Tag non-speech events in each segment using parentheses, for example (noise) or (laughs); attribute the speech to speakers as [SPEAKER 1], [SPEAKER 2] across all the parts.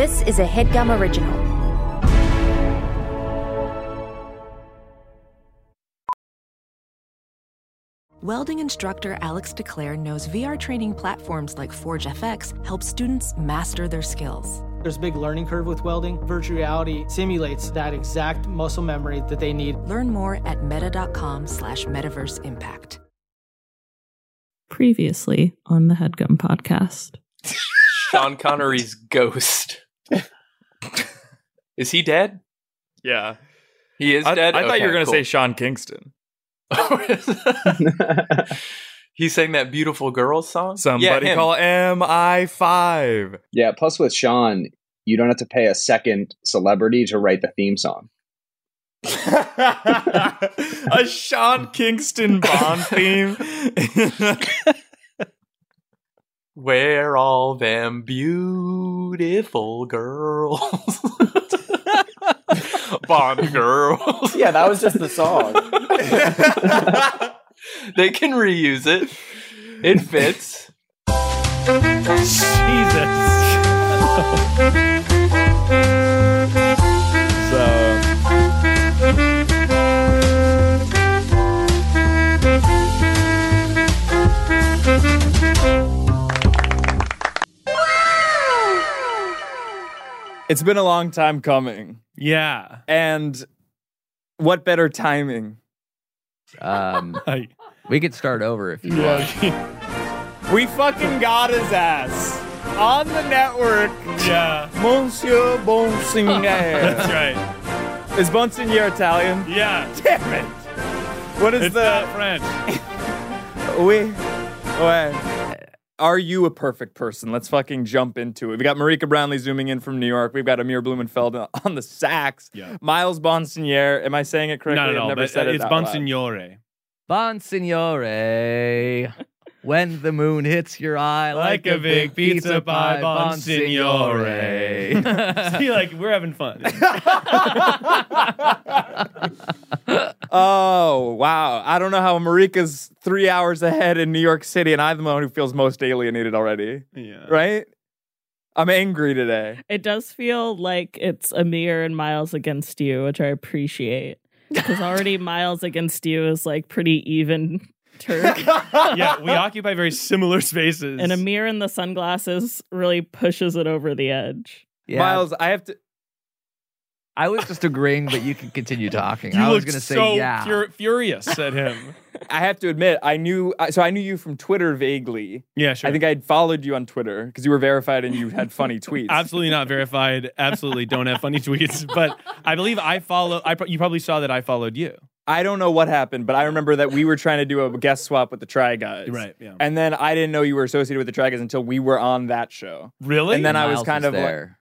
[SPEAKER 1] This is a headgum original.
[SPEAKER 2] Welding instructor Alex DeClaire knows VR training platforms like Forge FX help students master their skills.
[SPEAKER 3] There's a big learning curve with welding. Virtual reality simulates that exact muscle memory that they need.
[SPEAKER 2] Learn more at meta.com slash metaverse impact.
[SPEAKER 4] Previously on the Headgum podcast.
[SPEAKER 5] Sean Connery's ghost. is he dead?
[SPEAKER 6] Yeah.
[SPEAKER 5] He is
[SPEAKER 6] I,
[SPEAKER 5] dead.
[SPEAKER 6] I thought you were going to say
[SPEAKER 5] to
[SPEAKER 6] Sean Kingston.
[SPEAKER 5] (laughs) say. he sang that beautiful girl song.
[SPEAKER 6] Somebody
[SPEAKER 5] yeah, him.
[SPEAKER 6] call (laughs) MI5.
[SPEAKER 7] (laughs) yeah. Plus, with Sean, you don't have to pay a second celebrity to write the theme song.
[SPEAKER 6] a Sean Kingston Bond theme.
[SPEAKER 5] Where all them beautiful girls. Bond girls.
[SPEAKER 8] Yeah, that was just the song.
[SPEAKER 5] (laughs) they can reuse it. It fits.
[SPEAKER 8] Jesus. so
[SPEAKER 6] (laughs) it's been a long time coming.
[SPEAKER 9] Yeah.
[SPEAKER 6] And what better timing? (laughs)
[SPEAKER 10] Um,
[SPEAKER 9] I-
[SPEAKER 10] we could start over if you want.
[SPEAKER 9] yeah.
[SPEAKER 6] (laughs) We fucking got his ass on the network.
[SPEAKER 9] yeah.
[SPEAKER 6] Monsieur
[SPEAKER 9] That's
[SPEAKER 6] Bonsignere.
[SPEAKER 9] right.
[SPEAKER 6] Is Bonsignere Italian?
[SPEAKER 9] Yeah.
[SPEAKER 6] Damn it. What is
[SPEAKER 9] It's
[SPEAKER 6] the.
[SPEAKER 9] not French.
[SPEAKER 6] We, wait. Are you a perfect person? Let's fucking jump into it. We got Marika Brownlee zooming in from New York. We've got Amir Blumenfeld (laughs) on the sax.
[SPEAKER 9] Yeah.
[SPEAKER 6] Miles Bonsignere. Am I saying it correctly?
[SPEAKER 9] Not at
[SPEAKER 6] I've
[SPEAKER 9] all.
[SPEAKER 6] never
[SPEAKER 9] but uh,
[SPEAKER 6] said it
[SPEAKER 9] it's
[SPEAKER 6] out loud.
[SPEAKER 9] Bonsignore.
[SPEAKER 10] Bon Signore. When the moon hits your eye like, a big pizza pie, Bon Signore.
[SPEAKER 9] (laughs) See, like we're having fun.
[SPEAKER 6] (laughs) Oh, wow. I don't know how Marika's three hours ahead in New York City, and I'm the one who feels most alienated already,
[SPEAKER 9] yeah.
[SPEAKER 6] right? I'm angry today.
[SPEAKER 11] It does feel like it's Amir and Miles against you, which I appreciate.
[SPEAKER 4] (laughs)
[SPEAKER 11] Because already Miles against you is like pretty even
[SPEAKER 6] (laughs)
[SPEAKER 11] turn.
[SPEAKER 9] Yeah. We occupy very similar spaces.
[SPEAKER 11] and Amir in the sunglasses really pushes it over the edge.
[SPEAKER 10] Yeah,
[SPEAKER 6] Miles, I have to.
[SPEAKER 10] I was just agreeing, but you can continue talking.
[SPEAKER 9] you
[SPEAKER 10] I was
[SPEAKER 9] looked
[SPEAKER 10] going to say,
[SPEAKER 9] so
[SPEAKER 10] yeah.
[SPEAKER 9] fur- furious at him.
[SPEAKER 6] I have to admit, I knew. I- So I knew you from Twitter vaguely.
[SPEAKER 9] (laughs) yeah, sure.
[SPEAKER 6] I think I had followed you on Twitter because you were verified and you had
[SPEAKER 9] (laughs)
[SPEAKER 6] funny tweets.
[SPEAKER 9] absolutely not verified. Absolutely don't have funny (laughs) tweets. But I believe I follow. I pro- you probably saw that I followed you.
[SPEAKER 6] I don't know what happened, but I remember that we were trying to do a guest swap with the Try Guys.
[SPEAKER 9] Yeah.
[SPEAKER 6] And then I didn't know you were associated with the Try Guys until we were on that show.
[SPEAKER 9] Really?
[SPEAKER 6] And then I was
[SPEAKER 10] Miles
[SPEAKER 6] kind of like-
[SPEAKER 10] there.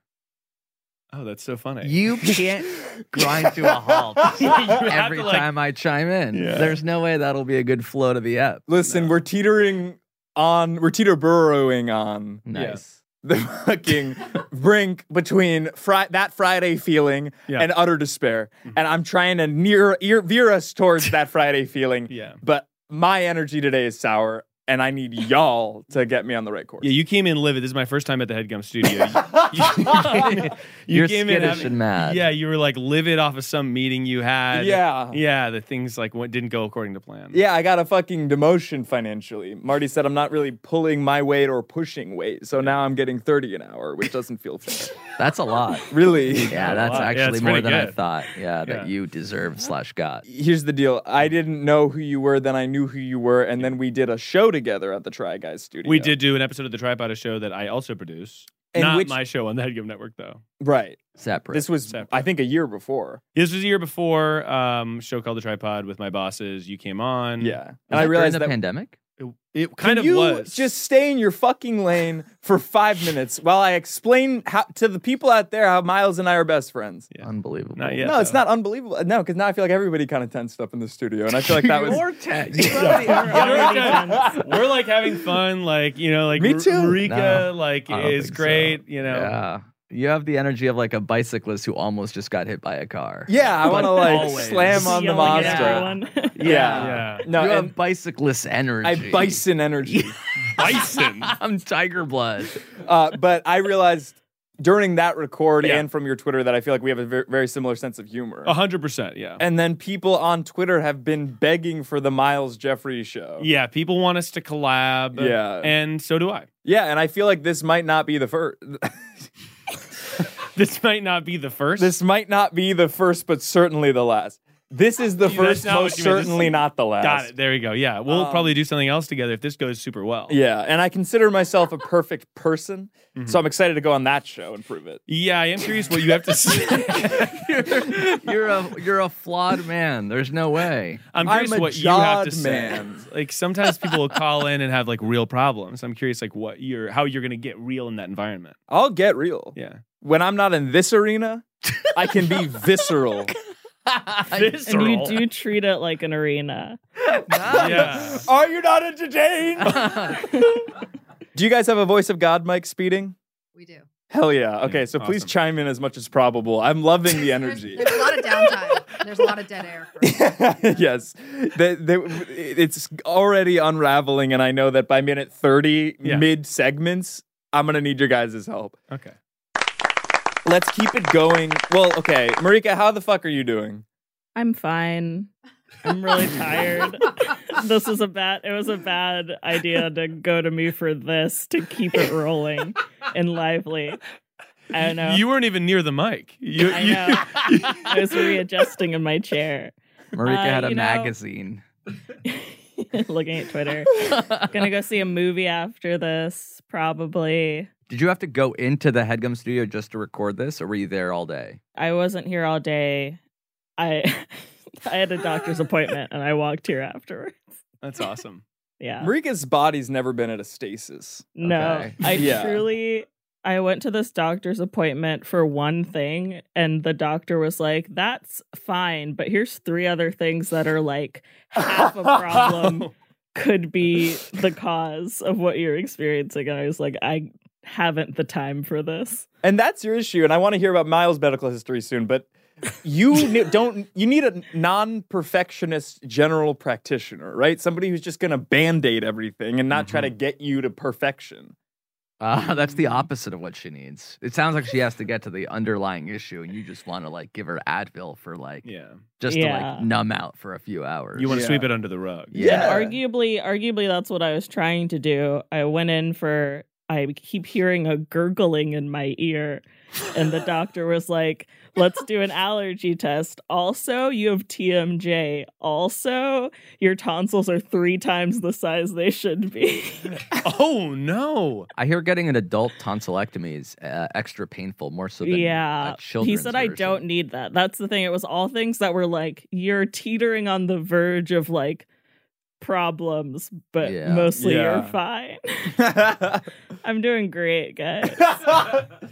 [SPEAKER 9] oh, that's so
[SPEAKER 6] (laughs)
[SPEAKER 9] funny.
[SPEAKER 10] You can't grind to a (laughs)
[SPEAKER 9] (laughs)
[SPEAKER 10] halt
[SPEAKER 9] have
[SPEAKER 10] every
[SPEAKER 9] to, like-
[SPEAKER 10] time I chime in.
[SPEAKER 9] Yeah.
[SPEAKER 10] There's no way that'll be a good flow to the app.
[SPEAKER 6] Listen, we're teetering on, we're teeter burrowing on
[SPEAKER 10] Nice.
[SPEAKER 6] the (laughs) fucking brink between fri- that Friday feeling
[SPEAKER 9] Yeah. Mm-hmm.
[SPEAKER 6] and utter despair. And I'm trying to near, ear, veer us towards that Friday feeling.
[SPEAKER 9] yeah.
[SPEAKER 6] But my energy today is sour and I need y'all to get me on the right course.
[SPEAKER 9] Yeah, you came in livid. This is my first time at the Headgum Studio. You,
[SPEAKER 10] (laughs)
[SPEAKER 9] you-
[SPEAKER 10] You're
[SPEAKER 9] came in
[SPEAKER 10] skittish
[SPEAKER 9] having-
[SPEAKER 10] and mad.
[SPEAKER 9] yeah, you were like livid off of some meeting you had.
[SPEAKER 6] yeah.
[SPEAKER 9] yeah, the things like went, didn't go according to plan.
[SPEAKER 6] Yeah, I got a fucking demotion financially. Marty said I'm not really pulling my weight or pushing weight, so now I'm getting 30 an hour, which doesn't feel fair.
[SPEAKER 10] That's
[SPEAKER 6] (laughs)
[SPEAKER 10] a lot.
[SPEAKER 6] really?
[SPEAKER 9] That's
[SPEAKER 10] Yeah, that's
[SPEAKER 9] a lot. Yeah,
[SPEAKER 10] actually
[SPEAKER 9] it's
[SPEAKER 10] more
[SPEAKER 9] pretty
[SPEAKER 10] than I
[SPEAKER 9] good.
[SPEAKER 10] thought. Yeah,
[SPEAKER 9] Yeah.
[SPEAKER 10] that you deserve slash got.
[SPEAKER 6] Here's the deal. I didn't know who you were, then I knew who you were, and then we did a show together at the Try Guys studio.
[SPEAKER 9] we did do an episode of the Tripod show that I also produce.
[SPEAKER 6] And
[SPEAKER 9] Not
[SPEAKER 6] which-
[SPEAKER 9] my show on the Headgum Network though.
[SPEAKER 6] Right.
[SPEAKER 10] Separate.
[SPEAKER 6] This was
[SPEAKER 9] Separate.
[SPEAKER 6] I think a year before.
[SPEAKER 9] This was a year before um, a show called the Tripod with my bosses. You came on.
[SPEAKER 6] Yeah. And
[SPEAKER 10] Was
[SPEAKER 6] I
[SPEAKER 10] that during
[SPEAKER 6] realized
[SPEAKER 10] the
[SPEAKER 6] that
[SPEAKER 10] pandemic.
[SPEAKER 9] it, it kind
[SPEAKER 6] Can
[SPEAKER 9] of
[SPEAKER 6] you
[SPEAKER 9] was.
[SPEAKER 6] Just stay in your fucking lane for five minutes while I explain how, to the people out there how Miles and I are best friends.
[SPEAKER 9] Yeah.
[SPEAKER 10] Unbelievable.
[SPEAKER 9] Not yet.
[SPEAKER 6] no, it's
[SPEAKER 9] though.
[SPEAKER 6] not unbelievable. No, because now I feel like everybody kind of tensed up in the studio, and I feel like that (laughs)
[SPEAKER 10] (laughs)
[SPEAKER 6] was.
[SPEAKER 10] You're ten- you
[SPEAKER 9] Yeah.
[SPEAKER 10] probably are
[SPEAKER 9] Yeah,
[SPEAKER 10] already
[SPEAKER 9] we're good. we're like having fun, like you know, like
[SPEAKER 6] Me
[SPEAKER 9] R-
[SPEAKER 6] too.
[SPEAKER 9] Rika,
[SPEAKER 10] No,
[SPEAKER 9] like
[SPEAKER 10] I don't
[SPEAKER 9] is
[SPEAKER 10] think so.
[SPEAKER 9] great, you know.
[SPEAKER 10] Yeah. You have the energy of like a bicyclist who almost just got hit by a car.
[SPEAKER 6] Yeah, I want to like slam on the
[SPEAKER 11] Yelling
[SPEAKER 6] monster.
[SPEAKER 11] at
[SPEAKER 6] Yeah.
[SPEAKER 11] everyone.
[SPEAKER 9] Yeah.
[SPEAKER 6] No,
[SPEAKER 10] you
[SPEAKER 6] and
[SPEAKER 10] have bicyclist energy.
[SPEAKER 6] I
[SPEAKER 10] (laughs)
[SPEAKER 6] bison energy.
[SPEAKER 9] Bison.
[SPEAKER 10] I'm tiger blood.
[SPEAKER 6] uh, but I realized during that record
[SPEAKER 9] Yeah. Uh-huh.
[SPEAKER 6] and from your Twitter that I feel like we have a ver- very similar sense of humor.
[SPEAKER 9] A hundred percent, yeah.
[SPEAKER 6] And then people on Twitter have been begging for the Miles Jeffrey show.
[SPEAKER 9] Yeah, people want us to collab.
[SPEAKER 6] Yeah.
[SPEAKER 9] And so do I.
[SPEAKER 6] Yeah, and I feel like this might not be the first.
[SPEAKER 9] this might not be the first.
[SPEAKER 6] (laughs) This might not be the first, but certainly the last. This is the
[SPEAKER 9] That's
[SPEAKER 6] first,
[SPEAKER 9] not what
[SPEAKER 6] most
[SPEAKER 9] you meant to
[SPEAKER 6] certainly
[SPEAKER 9] say.
[SPEAKER 6] not the last.
[SPEAKER 9] Got it. There you go. Yeah. We'll
[SPEAKER 6] Um,
[SPEAKER 9] probably do something else together if this goes super well.
[SPEAKER 6] Yeah, and I consider myself a perfect person,
[SPEAKER 9] Mhm.
[SPEAKER 6] so I'm excited to go on that show and prove it.
[SPEAKER 9] Yeah, I am curious what you
[SPEAKER 6] (laughs)
[SPEAKER 9] have to say.
[SPEAKER 10] you're a you're a flawed man. There's
[SPEAKER 11] (laughs)
[SPEAKER 10] no way.
[SPEAKER 9] I'm curious what you have to say. Like sometimes people will call in and have like real problems. I'm curious like what you're how you're gonna get real in that environment.
[SPEAKER 6] I'll get real.
[SPEAKER 9] Yeah.
[SPEAKER 6] When I'm not in this arena, I can
[SPEAKER 9] (laughs)
[SPEAKER 6] be visceral.
[SPEAKER 11] (laughs)
[SPEAKER 10] (laughs)
[SPEAKER 11] and you do treat it like an arena. (laughs)
[SPEAKER 9] Yeah.
[SPEAKER 6] Are you not entertained? (laughs) do you guys have a voice of God, Mike Speeding?
[SPEAKER 12] We
[SPEAKER 6] (laughs)
[SPEAKER 12] do.
[SPEAKER 6] Hell yeah. Okay, so please chime in as much as probable. I'm loving the
[SPEAKER 12] (laughs)
[SPEAKER 6] energy.
[SPEAKER 12] There's a lot of downtime. and There's a lot of dead air.
[SPEAKER 6] (laughs) yes. The- the- it's already unraveling, and I know that by minute 30,
[SPEAKER 9] Yeah.
[SPEAKER 6] mid segments, I'm going to need your guys' help.
[SPEAKER 9] Okay.
[SPEAKER 6] Let's keep it going. Well, okay. Marika, how the fuck are you doing?
[SPEAKER 11] I'm fine. I'm really tired. this is a bad it was a bad idea to go to me for this to keep it rolling and lively. I don't know.
[SPEAKER 9] You weren't even near the mic. You,
[SPEAKER 11] I
[SPEAKER 9] you-
[SPEAKER 11] know. (laughs)
[SPEAKER 9] (laughs)
[SPEAKER 11] I was readjusting in my chair. (laughs)
[SPEAKER 10] Marika
[SPEAKER 11] Uh,
[SPEAKER 10] had a
[SPEAKER 11] you know,
[SPEAKER 10] magazine.
[SPEAKER 11] looking at Twitter. Gonna go see a movie after this, probably.
[SPEAKER 10] Did you have to go into the headgum studio just to record this, or were you there all day?
[SPEAKER 11] I wasn't here all day. I (laughs) I had a doctor's appointment and I walked here afterwards.
[SPEAKER 9] That's awesome.
[SPEAKER 11] Yeah.
[SPEAKER 6] Marika's body's never been at a stasis.
[SPEAKER 11] No, I
[SPEAKER 6] Yeah.
[SPEAKER 11] truly. I went to this doctor's appointment for one thing, and the doctor was like, "That's fine, but here's three other things that are like half a (laughs) problem
[SPEAKER 6] (laughs)
[SPEAKER 11] could be the cause of what you're experiencing." And I was like, "I haven't the time for this."
[SPEAKER 6] And that's your issue. And I want to hear about Miles' medical history soon, but you ne- don't you need a non-perfectionist general practitioner, right? Somebody who's just going to band-aid everything and not try to get you to perfection.
[SPEAKER 10] Uh, (laughs) that's the opposite of what she needs. It sounds like she has to get to the underlying issue, and you just want to like give her Advil for like
[SPEAKER 9] yeah,
[SPEAKER 10] just to
[SPEAKER 11] Yeah.
[SPEAKER 10] like numb out for a few hours.
[SPEAKER 9] You want to sweep it under the rug.
[SPEAKER 10] Yeah.
[SPEAKER 11] And arguably, arguably that's what I was trying to do. I went in for I keep hearing a gurgling in my ear. And the doctor was like, let's do an allergy test. Also, you have TMJ. Also, your tonsils are three times the size they should be.
[SPEAKER 9] (laughs) Oh no!
[SPEAKER 10] I hear getting an adult tonsillectomy is uh, extra painful, more so than
[SPEAKER 11] yeah.
[SPEAKER 10] a children's.
[SPEAKER 11] He said, I
[SPEAKER 10] version.
[SPEAKER 11] don't need that. That's the thing. It was all things that were like, you're teetering on the verge of like problems, but
[SPEAKER 10] Yeah.
[SPEAKER 11] mostly
[SPEAKER 9] Yeah.
[SPEAKER 11] you're fine. (laughs) I'm doing great,
[SPEAKER 10] (laughs)
[SPEAKER 11] guys.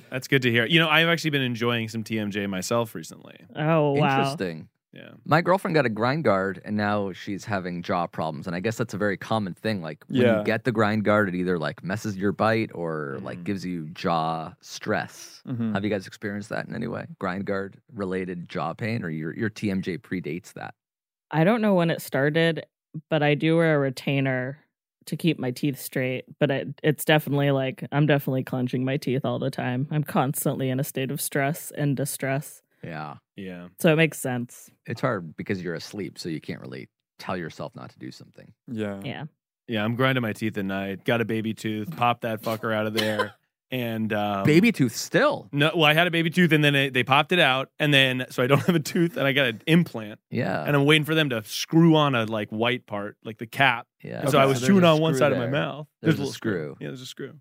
[SPEAKER 9] That's good to hear. You know, I've actually been enjoying some TMJ myself recently.
[SPEAKER 11] Oh, wow.
[SPEAKER 10] Interesting.
[SPEAKER 9] Yeah.
[SPEAKER 10] My girlfriend got a grind guard and now she's having jaw problems. And I guess that's a very common thing. Like when
[SPEAKER 6] Yeah.
[SPEAKER 10] you get the grind guard, it either like messes your bite or like gives you jaw stress.
[SPEAKER 6] (laughs)
[SPEAKER 9] Hmm.
[SPEAKER 6] Mhm.
[SPEAKER 10] Have you guys experienced that in any way? Grind guard related jaw pain or your, your TMJ predates that?
[SPEAKER 11] I don't know when it started, but I do wear a retainer to keep my teeth straight. But it, it's definitely like I'm definitely clenching my teeth all the time. I'm constantly in a state of stress and distress.
[SPEAKER 10] Yeah.
[SPEAKER 9] Yeah.
[SPEAKER 11] So it makes sense.
[SPEAKER 10] It's hard because you're asleep, so you can't really tell yourself not to do something.
[SPEAKER 6] Yeah.
[SPEAKER 11] Yeah.
[SPEAKER 9] Yeah, I'm grinding my teeth at night. Got a baby tooth. Pop that fucker out of there. And um,
[SPEAKER 10] Baby tooth still.
[SPEAKER 9] No, well, I had a baby tooth, and then it, they popped it out, and then so I don't (laughs) have a tooth, and I got an implant,
[SPEAKER 10] Yeah.
[SPEAKER 9] and I'm waiting for them to screw on a like white part, like the cap.
[SPEAKER 10] yeah.
[SPEAKER 9] And so I was
[SPEAKER 10] there's
[SPEAKER 9] chewing
[SPEAKER 10] a
[SPEAKER 9] on one
[SPEAKER 10] screw
[SPEAKER 9] side of my
[SPEAKER 10] there.
[SPEAKER 9] mouth.
[SPEAKER 10] There's,
[SPEAKER 9] a
[SPEAKER 10] a
[SPEAKER 9] little
[SPEAKER 10] screw.
[SPEAKER 9] Yeah, there's a screw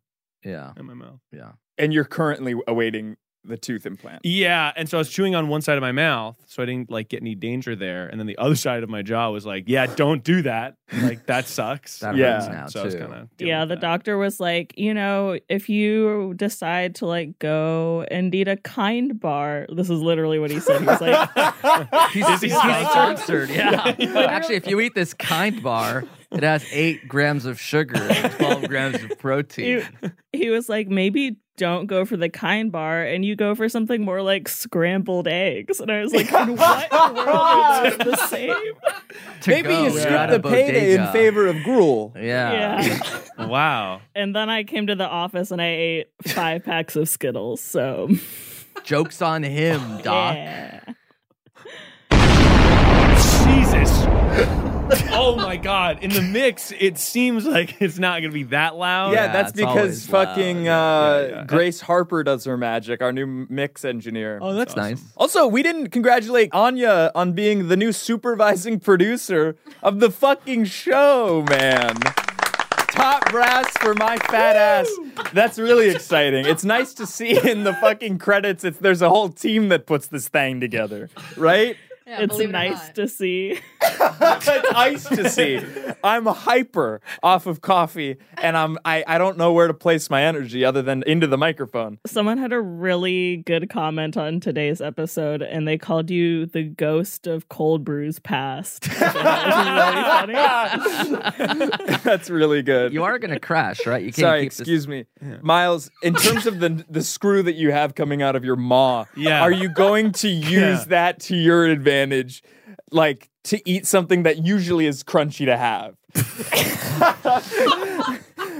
[SPEAKER 10] Yeah.
[SPEAKER 9] in my mouth.
[SPEAKER 10] Yeah.
[SPEAKER 9] (laughs)
[SPEAKER 6] And you're currently awaiting the tooth implant.
[SPEAKER 9] Yeah, and so I was chewing on one side of my mouth, so I didn't like get any danger there, and then the other (laughs) side of my jaw was like, "Yeah, don't do that. Like
[SPEAKER 10] (laughs)
[SPEAKER 9] that sucks."
[SPEAKER 10] That
[SPEAKER 6] Yeah.
[SPEAKER 10] hurts now
[SPEAKER 9] so I
[SPEAKER 10] too.
[SPEAKER 9] was kind of
[SPEAKER 11] yeah, the doctor was like, you know, if you decide to like go and eat a kind bar, this is literally what he said. He was
[SPEAKER 6] (laughs)
[SPEAKER 11] like,
[SPEAKER 10] He's,
[SPEAKER 9] Is he
[SPEAKER 10] he's
[SPEAKER 9] sponsored?
[SPEAKER 10] sponsored. Yeah. (laughs)
[SPEAKER 9] (laughs)
[SPEAKER 10] Actually, if you eat this kind bar, it has eight grams of sugar and 12 grams of protein.
[SPEAKER 11] he, he was like, maybe don't go for the kind bar and you go for something more like scrambled eggs. And I was like, in what world is this the same?
[SPEAKER 6] Maybe
[SPEAKER 10] go,
[SPEAKER 6] you
[SPEAKER 10] we're
[SPEAKER 6] scoop
[SPEAKER 10] at
[SPEAKER 6] the
[SPEAKER 10] a
[SPEAKER 6] payday in
[SPEAKER 10] bodega.
[SPEAKER 6] favor of
[SPEAKER 10] (laughs)
[SPEAKER 6] gruel.
[SPEAKER 10] Yeah.
[SPEAKER 9] wow.
[SPEAKER 11] And then I came to the office and I ate
[SPEAKER 6] (laughs)
[SPEAKER 11] five packs of Skittles. So
[SPEAKER 10] Joke's on him, Doc.
[SPEAKER 11] yeah.
[SPEAKER 10] (laughs)
[SPEAKER 9] Jesus. oh my god. In the mix, it seems like it's not gonna be that loud.
[SPEAKER 6] yeah, that's because fucking uh, Grace Harper does her magic, our new mix engineer.
[SPEAKER 9] Oh, that's nice.
[SPEAKER 6] Also, we didn't congratulate Anya on being the new supervising producer of the fucking show, man. Top brass for my fat ass. That's really exciting. It's nice to see in the fucking credits. It's there's a whole team that puts this thing together, right?
[SPEAKER 11] it's nice to see.
[SPEAKER 6] it's ice to see. I'm hyper off of coffee, and I'm I, I don't know where to place my energy other than into the microphone.
[SPEAKER 11] Someone had a really good comment on today's episode, and they called you the ghost of cold brews
[SPEAKER 6] (laughs)
[SPEAKER 11] past. (laughs)
[SPEAKER 6] (laughs) That's really good.
[SPEAKER 10] You are gonna crash, right? You can't
[SPEAKER 6] Sorry,
[SPEAKER 10] keep this-
[SPEAKER 6] excuse me, Miles. In terms of the the screw that you have coming out of your maw,
[SPEAKER 9] Yeah.
[SPEAKER 6] are you going to use
[SPEAKER 9] Yeah.
[SPEAKER 6] that to your advantage, like to eat something that usually is crunchy to have?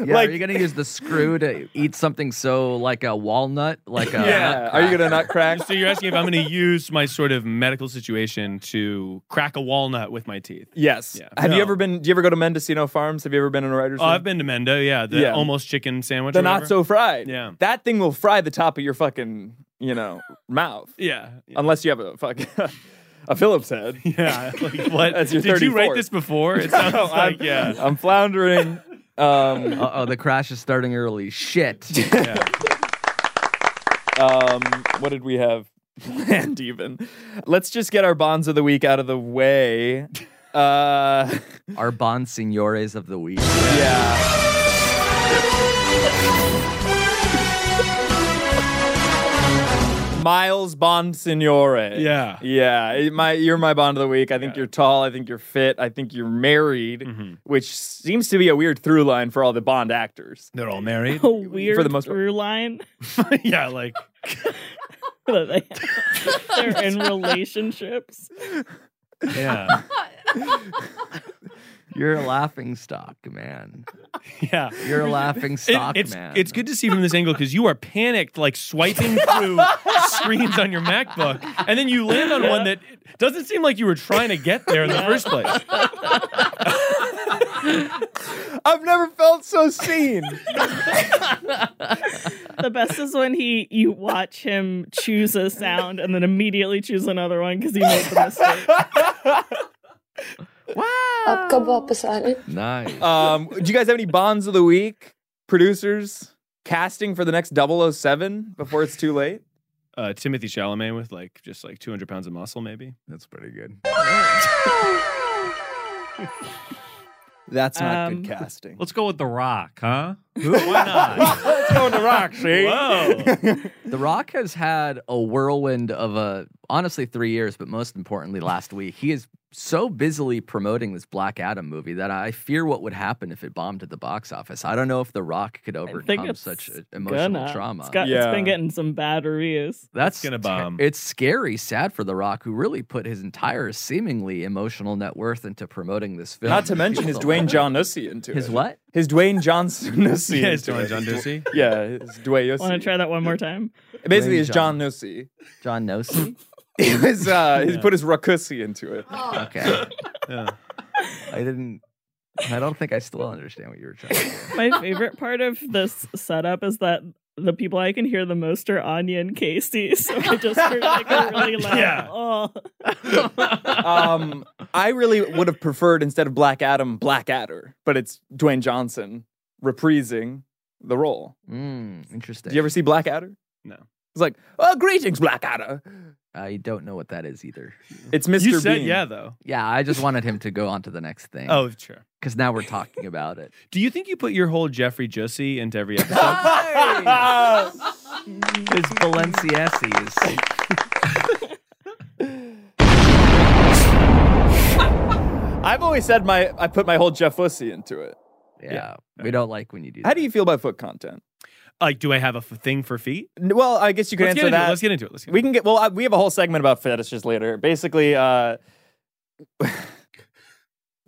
[SPEAKER 10] Yeah,
[SPEAKER 6] Like-
[SPEAKER 10] are you gonna use the screw to eat something so like a walnut?
[SPEAKER 6] (laughs)
[SPEAKER 10] Like a
[SPEAKER 6] Are you gonna not crack?
[SPEAKER 9] So you're asking if I'm gonna use my sort of medical situation to crack a walnut with my teeth.
[SPEAKER 6] Yes.
[SPEAKER 9] Yeah.
[SPEAKER 6] Have
[SPEAKER 9] No.
[SPEAKER 6] you ever been? Do you ever go to Mendocino Farms? Have you ever been in a writer's?
[SPEAKER 9] Oh,
[SPEAKER 6] room?
[SPEAKER 9] I've been to Mendo, yeah. The
[SPEAKER 6] Yeah.
[SPEAKER 9] almost chicken sandwich.
[SPEAKER 6] the
[SPEAKER 9] or
[SPEAKER 6] not
[SPEAKER 9] whatever.
[SPEAKER 6] so fried.
[SPEAKER 9] Yeah.
[SPEAKER 6] That thing will fry the top of your fucking, you know, mouth.
[SPEAKER 9] Yeah.
[SPEAKER 6] Unless you have a fucking (laughs) a Phillips head.
[SPEAKER 13] (laughs)
[SPEAKER 9] Yeah. Like what
[SPEAKER 6] That's your
[SPEAKER 9] did you write
[SPEAKER 6] 34th.
[SPEAKER 9] this before? It
[SPEAKER 6] (laughs)
[SPEAKER 9] sounds
[SPEAKER 6] No, I'm-
[SPEAKER 9] (laughs) like yeah.
[SPEAKER 6] (laughs) I'm floundering. Um,
[SPEAKER 10] oh, the crash is starting early. Shit.
[SPEAKER 6] (laughs) um, what did we have planned even? Let's just get our bonds of the week out of the way. Uh,
[SPEAKER 10] Our bon signores of the week.
[SPEAKER 6] yeah. Miles Bond Signore.
[SPEAKER 9] Yeah.
[SPEAKER 6] Yeah, it- my you're my bond of the week. I think you're tall. I think you're fit. I think you're married, which seems to be a weird through line for all the Bond actors.
[SPEAKER 9] They're all married.
[SPEAKER 11] a weird
[SPEAKER 6] For the most part.
[SPEAKER 11] through line
[SPEAKER 9] (laughs)
[SPEAKER 11] (laughs)
[SPEAKER 9] yeah, like
[SPEAKER 11] that they they're
[SPEAKER 6] (laughs)
[SPEAKER 11] in relationships.
[SPEAKER 9] yeah.
[SPEAKER 10] You're a laughing stock, man.
[SPEAKER 9] Yeah.
[SPEAKER 10] You're a laughing
[SPEAKER 9] It-
[SPEAKER 10] stock,
[SPEAKER 9] it's
[SPEAKER 10] man.
[SPEAKER 9] it's good to see from this angle because you are panicked, like swiping
[SPEAKER 6] (laughs)
[SPEAKER 9] through screens on your MacBook, and then you land on one that doesn't seem like you were trying to get there in the
[SPEAKER 6] (laughs)
[SPEAKER 9] first place.
[SPEAKER 6] I've never felt so seen.
[SPEAKER 11] The best is when he you watch him choose a sound and then immediately choose another one because he made the mistake.
[SPEAKER 14] आपका वापस आ रहे
[SPEAKER 10] Nice.
[SPEAKER 6] um, do you guys have any bonds of the week? Producers casting for the next 007 before it's too late.
[SPEAKER 9] Uh, Timothy Chalamet with like just like 200 pounds of muscle, maybe.
[SPEAKER 10] That's pretty good.
[SPEAKER 6] That's not
[SPEAKER 11] Um,
[SPEAKER 6] good casting.
[SPEAKER 13] Let's go with The Rock, huh?
[SPEAKER 10] (laughs)
[SPEAKER 6] Let's go on the rock. See, (laughs)
[SPEAKER 10] The Rock has had a whirlwind of a honestly three years, but most importantly last week. He is so busily promoting this Black Adam movie that I fear what would happen if it bombed at the box office. I don't know if The Rock could overcome
[SPEAKER 11] it's
[SPEAKER 10] such a- emotional
[SPEAKER 11] gonna.
[SPEAKER 10] trauma.
[SPEAKER 11] It's, got, it's been getting some bad reviews.
[SPEAKER 10] That's
[SPEAKER 9] gonna
[SPEAKER 10] ter-
[SPEAKER 9] bomb.
[SPEAKER 10] it's scary, sad for The Rock, who really put his entire seemingly emotional net worth into promoting this film.
[SPEAKER 6] Not to mention his
[SPEAKER 10] (laughs)
[SPEAKER 6] Dwayne John Nussy into
[SPEAKER 10] His
[SPEAKER 6] it.
[SPEAKER 10] what?
[SPEAKER 6] His Dwayne Johnson Nussy.
[SPEAKER 9] Yeah, his
[SPEAKER 6] into
[SPEAKER 9] Dwayne
[SPEAKER 6] it.
[SPEAKER 9] John Nussey.
[SPEAKER 6] Yeah, his Dwayne Nussey.
[SPEAKER 11] Want to try that one more time?
[SPEAKER 6] Basically,
[SPEAKER 10] Dwayne
[SPEAKER 6] it's John Nussey.
[SPEAKER 10] John Nosey.
[SPEAKER 6] his, uh, (laughs) he put his rakusi into it.
[SPEAKER 10] okay,
[SPEAKER 9] Yeah.
[SPEAKER 10] I didn't. I don't think I still understand what you were trying. to do.
[SPEAKER 11] My favorite part of this setup is that the people I can hear the most are Anya and Casey. (laughs) So I just heard like a really loud.
[SPEAKER 9] Yeah.
[SPEAKER 11] Oh.
[SPEAKER 6] Um, I really would have preferred instead of Black Adam, Black Adder, but it's Dwayne Johnson reprising the role.
[SPEAKER 10] Mm, interesting.
[SPEAKER 6] Did you ever see Black Adder?
[SPEAKER 9] No.
[SPEAKER 6] It's like, oh, greetings, Black Adder.
[SPEAKER 10] I don't know what that is either.
[SPEAKER 6] It's Mr.
[SPEAKER 9] You said
[SPEAKER 6] Bean.
[SPEAKER 9] (laughs) yeah though.
[SPEAKER 10] Yeah, I just wanted him to go on to the next thing.
[SPEAKER 9] Oh, sure.
[SPEAKER 10] because now we're talking about it.
[SPEAKER 9] Do you think you put your whole Jeffrey Jussie into every episode?
[SPEAKER 6] (laughs)
[SPEAKER 10] His Balenciennes.
[SPEAKER 6] I've always said my I put my whole Jeff Fussy into it.
[SPEAKER 10] Yeah, we don't like when you do. That.
[SPEAKER 6] How do you feel about foot content?
[SPEAKER 9] Like, do I have a f- thing for feet?
[SPEAKER 6] N- Well, I guess you can
[SPEAKER 9] Let's get
[SPEAKER 6] answer
[SPEAKER 9] into it,
[SPEAKER 6] that.
[SPEAKER 9] let's get into it, let's get
[SPEAKER 6] we can get. Well, I, we have a whole segment about fetishes later. Basically, uh, (laughs)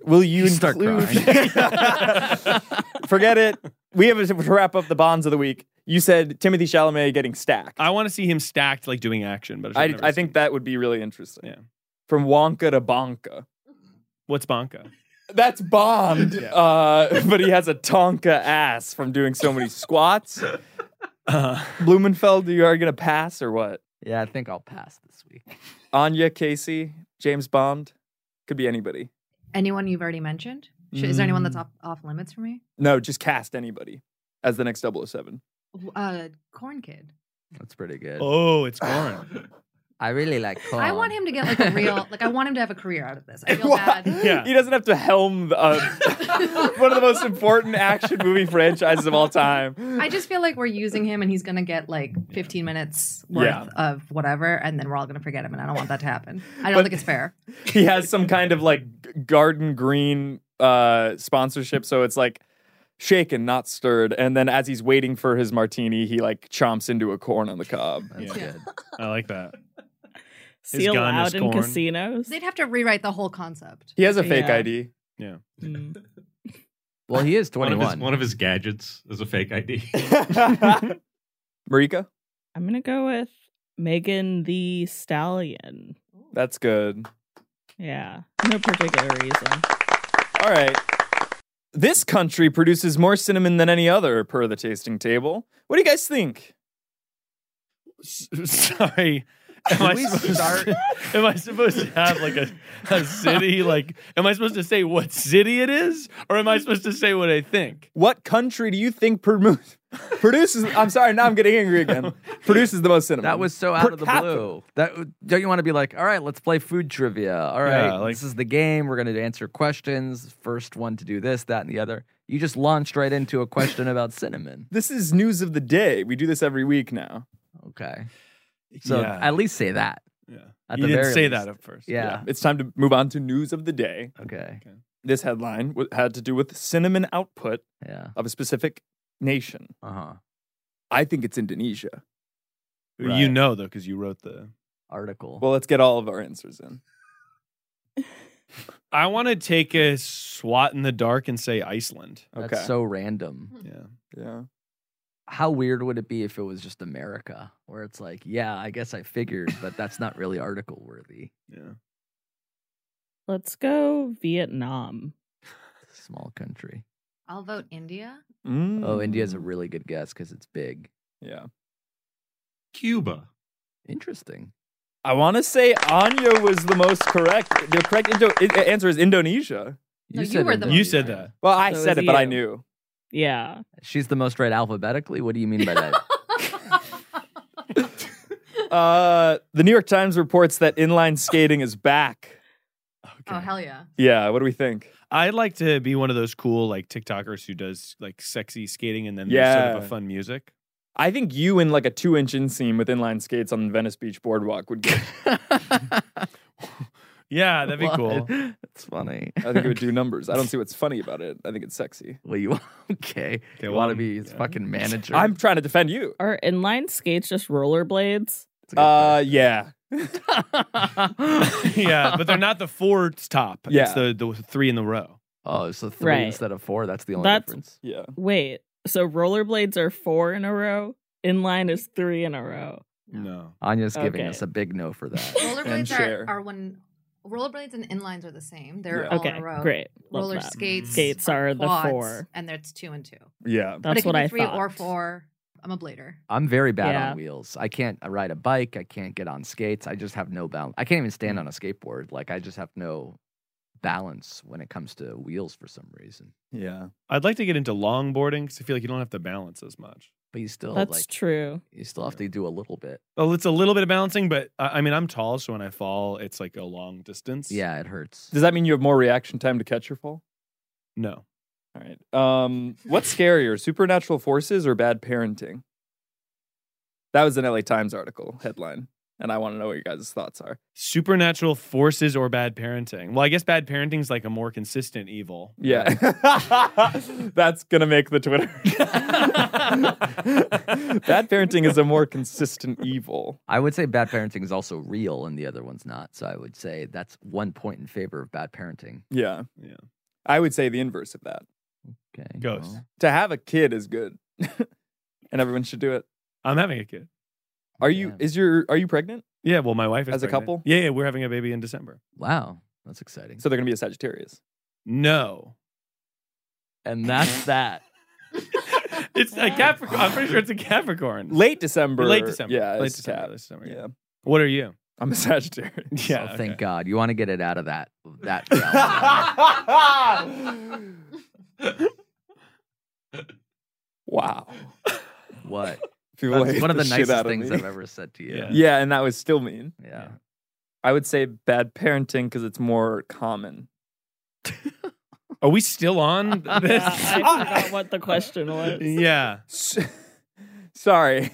[SPEAKER 6] will you
[SPEAKER 10] start
[SPEAKER 6] include- (laughs) Forget it. We have a, to wrap up the bonds of the week. You said Timothy Chalamet getting stacked.
[SPEAKER 9] I want to see him stacked, like doing action. But
[SPEAKER 6] I, I think that would be really interesting.
[SPEAKER 9] Yeah.
[SPEAKER 6] From Wonka to Bonka.
[SPEAKER 9] What's Bonka?
[SPEAKER 6] That's Bond. Uh, (laughs) but he has a Tonka ass from doing so many squats. (laughs) Uh, Blumenfeld, you are going to pass or what?
[SPEAKER 10] Yeah, I think I'll pass this week.
[SPEAKER 6] Anya Casey, James Bond, could be anybody.
[SPEAKER 12] Anyone you've already mentioned? Should, Is there anyone
[SPEAKER 6] Mm.
[SPEAKER 12] that's off, off limits for me?
[SPEAKER 6] No, just cast anybody as the next 007.
[SPEAKER 12] Uh, Corn Kid.
[SPEAKER 10] That's pretty good.
[SPEAKER 9] Oh,
[SPEAKER 6] (laughs)
[SPEAKER 9] it's gone.
[SPEAKER 10] I really like corn.
[SPEAKER 12] I want him to get like a
[SPEAKER 10] (laughs)
[SPEAKER 12] real, like I want him to have a career out of this.
[SPEAKER 6] (laughs)
[SPEAKER 12] I feel bad.
[SPEAKER 9] Yeah.
[SPEAKER 6] He doesn't have to helm uh, (laughs) one of the most important action movie franchises of all time.
[SPEAKER 12] I just feel like we're using him and he's gonna get like 15 minutes worth
[SPEAKER 6] Yeah.
[SPEAKER 12] of whatever, and then we're all gonna forget him, and I don't want that to happen. I don't
[SPEAKER 6] But-
[SPEAKER 12] think it's fair.
[SPEAKER 6] (laughs) he has some kind of like g- garden green uh sponsorship so it's like shaken not stirred and then as he's waiting for his martini he like chomps into a corn on the cob
[SPEAKER 10] That's good.
[SPEAKER 9] I like that.
[SPEAKER 11] See allowed in casinos.
[SPEAKER 12] They'd have to rewrite the whole concept.
[SPEAKER 6] he has a fake
[SPEAKER 11] Yeah.
[SPEAKER 6] id
[SPEAKER 9] Yeah.
[SPEAKER 11] Hmm.
[SPEAKER 10] Well, he is
[SPEAKER 13] One
[SPEAKER 10] 21.
[SPEAKER 13] of, his, one of his gadgets is a fake
[SPEAKER 6] (laughs)
[SPEAKER 13] ID.
[SPEAKER 6] marika
[SPEAKER 11] I'm gonna go with Megan the Stallion.
[SPEAKER 6] that's good
[SPEAKER 11] Yeah, no particular reason.
[SPEAKER 6] all right this country produces more cinnamon than any other per the tasting table what do you guys think
[SPEAKER 9] Sorry. Am I,
[SPEAKER 10] we
[SPEAKER 9] supposed
[SPEAKER 10] start-
[SPEAKER 9] to, (laughs) am I supposed to have like a,
[SPEAKER 6] (laughs)
[SPEAKER 9] a city? Like, am I supposed to say what city it is? Or am I supposed to say what I think?
[SPEAKER 6] what country do you think promo- (laughs) produces i'm sorry now i'm getting angry
[SPEAKER 12] (laughs)
[SPEAKER 6] again produces the most cinnamon
[SPEAKER 10] That was so out
[SPEAKER 6] Per
[SPEAKER 10] of the
[SPEAKER 6] capita.
[SPEAKER 10] blue. That don't you want to be like, all right, let's play food trivia. All right,
[SPEAKER 9] Yeah, like-
[SPEAKER 10] this is the game. We're going to answer questions. First one to do this, that, and the other. You just launched right into a question about cinnamon.
[SPEAKER 6] this is news of the day we do this every week now
[SPEAKER 10] Okay, so
[SPEAKER 9] Yeah.
[SPEAKER 10] at least say that.
[SPEAKER 9] Yeah.
[SPEAKER 10] At
[SPEAKER 9] you
[SPEAKER 10] the
[SPEAKER 9] didn't
[SPEAKER 10] very
[SPEAKER 9] say
[SPEAKER 10] least.
[SPEAKER 9] that at first.
[SPEAKER 10] Yeah.
[SPEAKER 6] It's time to move on to news of the day.
[SPEAKER 10] Okay.
[SPEAKER 6] This headline w- had to do with cinnamon output
[SPEAKER 10] Yeah.
[SPEAKER 6] of a specific nation.
[SPEAKER 10] Uh huh.
[SPEAKER 6] I think it's Indonesia.
[SPEAKER 9] You
[SPEAKER 10] Right.
[SPEAKER 9] know, though, because you wrote the.
[SPEAKER 10] Article.
[SPEAKER 6] Well, let's get all of our answers in.
[SPEAKER 9] I want to take a swat in the dark and say Iceland.
[SPEAKER 10] That's
[SPEAKER 6] okay.
[SPEAKER 10] so
[SPEAKER 12] Mm.
[SPEAKER 10] random.
[SPEAKER 9] Oh. Yeah.
[SPEAKER 6] Yeah.
[SPEAKER 10] How weird would it be if it was just America, where it's like, yeah, I guess I figured, but that's not really article worthy.
[SPEAKER 9] Yeah.
[SPEAKER 11] Let's go Vietnam.
[SPEAKER 10] Small country.
[SPEAKER 12] I'll vote India.
[SPEAKER 10] Oh, India's a
[SPEAKER 12] Hmm.
[SPEAKER 10] really good guess because it's big.
[SPEAKER 6] Mm. Yeah.
[SPEAKER 13] Cuba.
[SPEAKER 10] Interesting.
[SPEAKER 6] I want to say Anya was the most correct. The correct Indo- i- answer is Indonesia.
[SPEAKER 12] No, you were the
[SPEAKER 10] Indonesia.
[SPEAKER 9] You said that.
[SPEAKER 6] Well, I
[SPEAKER 11] So
[SPEAKER 6] said
[SPEAKER 11] is
[SPEAKER 6] it, but I
[SPEAKER 11] you.
[SPEAKER 6] knew.
[SPEAKER 11] Yeah.
[SPEAKER 10] She's the most right alphabetically. What do you mean by
[SPEAKER 12] (laughs)
[SPEAKER 10] that?
[SPEAKER 11] (laughs)
[SPEAKER 6] Uh, the New York Times reports that inline skating is back.
[SPEAKER 12] Oh hell yeah!
[SPEAKER 6] Yeah. What do we think?
[SPEAKER 9] I'd like to be one of those cool like TikTokers who does like sexy skating and then there's sort of
[SPEAKER 6] Yeah.
[SPEAKER 9] a fun music.
[SPEAKER 6] I think you in like a two inch inseam with inline skates on the Venice Beach boardwalk would get.
[SPEAKER 9] Yeah, that'd be
[SPEAKER 10] What? (laughs)
[SPEAKER 9] cool.
[SPEAKER 10] That's funny.
[SPEAKER 6] I think it would
[SPEAKER 10] (laughs)
[SPEAKER 6] do numbers. I don't see what's funny about it. I think it's sexy.
[SPEAKER 10] Well, you (laughs) okay? you
[SPEAKER 9] well,
[SPEAKER 10] want to
[SPEAKER 9] I'm-
[SPEAKER 10] be his
[SPEAKER 9] yeah.
[SPEAKER 10] fucking manager?
[SPEAKER 6] I'm trying to defend you.
[SPEAKER 11] Are inline skates just rollerblades?
[SPEAKER 10] It's a good
[SPEAKER 6] Uh, yeah. Uh, (laughs)
[SPEAKER 10] question.
[SPEAKER 9] yeah, but they're not the four top. It's
[SPEAKER 6] Yeah.
[SPEAKER 9] the, the three in the row.
[SPEAKER 10] oh, so three
[SPEAKER 11] Right.
[SPEAKER 10] instead of four. That's the only
[SPEAKER 11] That's-
[SPEAKER 10] difference.
[SPEAKER 6] Yeah.
[SPEAKER 11] Wait, so rollerblades are four in a row? Inline is three in a row.
[SPEAKER 9] No.
[SPEAKER 10] Anya's giving
[SPEAKER 11] Okay.
[SPEAKER 10] us a big no
[SPEAKER 11] (laughs)
[SPEAKER 10] for that.
[SPEAKER 12] (laughs) Rollerblades
[SPEAKER 6] share.
[SPEAKER 12] are, are when rollerblades and inlines are the same. They're
[SPEAKER 6] Yeah.
[SPEAKER 12] all
[SPEAKER 11] Okay,
[SPEAKER 12] in a row.
[SPEAKER 11] great. Love
[SPEAKER 12] Roller
[SPEAKER 11] that.
[SPEAKER 12] skates.
[SPEAKER 11] Skates are the
[SPEAKER 12] quads,
[SPEAKER 11] four.
[SPEAKER 12] and it's two and two.
[SPEAKER 6] Yeah.
[SPEAKER 12] but
[SPEAKER 11] That's
[SPEAKER 12] it can
[SPEAKER 11] what
[SPEAKER 12] be
[SPEAKER 11] I
[SPEAKER 12] three
[SPEAKER 11] thought.
[SPEAKER 12] or four. I'm a blader.
[SPEAKER 10] I'm very bad
[SPEAKER 11] Yeah.
[SPEAKER 10] on wheels. I can't uh, ride a bike. I can't get on skates. I just have no balance. I can't even stand
[SPEAKER 11] Mm.
[SPEAKER 10] on a skateboard. Like I just have no balance when it comes to wheels for some reason.
[SPEAKER 6] Yeah.
[SPEAKER 9] I'd like to get into longboarding because I feel like you don't have to balance as much.
[SPEAKER 10] But you still
[SPEAKER 11] That's
[SPEAKER 10] like
[SPEAKER 11] true.
[SPEAKER 10] you still have to do a little bit.
[SPEAKER 9] Oh, it's a little bit of balancing, but I, I mean, I'm tall, so when I fall, it's like a long distance.
[SPEAKER 10] Yeah, it hurts.
[SPEAKER 6] Does that mean you have more reaction time to catch your fall?
[SPEAKER 9] No.
[SPEAKER 6] All right. Um, what's scarier, supernatural forces or bad parenting? That was an LA Times article headline. and I want to know what your guys' thoughts are.
[SPEAKER 9] Supernatural forces or bad parenting? Well, I guess bad parenting's like a more consistent evil.
[SPEAKER 6] Yeah. (laughs) That's going to make the
[SPEAKER 10] (laughs)
[SPEAKER 6] Twitter. bad parenting is a more consistent evil.
[SPEAKER 10] I would say bad parenting is also real and the other one's not. So I would say that's one point in favor of bad parenting.
[SPEAKER 6] Yeah. Yeah. I would say the inverse of that.
[SPEAKER 10] Okay.
[SPEAKER 9] Ghost.
[SPEAKER 6] To have a kid is good. (laughs) and everyone should do it.
[SPEAKER 9] I'm having a kid.
[SPEAKER 6] Are you is your are you pregnant?
[SPEAKER 9] Yeah, well, my wife is
[SPEAKER 6] As a
[SPEAKER 9] pregnant.
[SPEAKER 6] couple?
[SPEAKER 9] Yeah, yeah, we're having a baby in December.
[SPEAKER 10] Wow. That's exciting.
[SPEAKER 6] So they're going to be a Sagittarius. (laughs)
[SPEAKER 9] No.
[SPEAKER 10] And that's that.
[SPEAKER 9] it's a Capricorn. I'm pretty sure it's a Capricorn.
[SPEAKER 6] Late December.
[SPEAKER 9] Late December.
[SPEAKER 6] Yeah.
[SPEAKER 9] Late
[SPEAKER 6] it's
[SPEAKER 9] December.
[SPEAKER 6] Cap.
[SPEAKER 9] Late December. Yeah.
[SPEAKER 6] Yeah.
[SPEAKER 9] What are you?
[SPEAKER 6] I'm a Sagittarius.
[SPEAKER 10] (laughs)
[SPEAKER 9] Yeah.
[SPEAKER 10] oh, thank God. You want to get it out of that
[SPEAKER 6] (laughs)
[SPEAKER 10] that
[SPEAKER 6] wow.
[SPEAKER 10] what?
[SPEAKER 6] (laughs) People
[SPEAKER 10] That's
[SPEAKER 6] hate
[SPEAKER 10] one of the
[SPEAKER 6] the shit
[SPEAKER 10] nicest
[SPEAKER 6] out of
[SPEAKER 10] things
[SPEAKER 6] me. (laughs)
[SPEAKER 10] I've ever said to you.
[SPEAKER 9] Yeah.
[SPEAKER 6] Yeah, and that was still mean.
[SPEAKER 10] Yeah.
[SPEAKER 6] I would say bad parenting because it's more common.
[SPEAKER 9] Are we
[SPEAKER 6] (laughs)
[SPEAKER 9] still on this?
[SPEAKER 11] (laughs) I forgot what the question was.
[SPEAKER 9] (laughs) yeah.
[SPEAKER 6] S- (laughs) Sorry.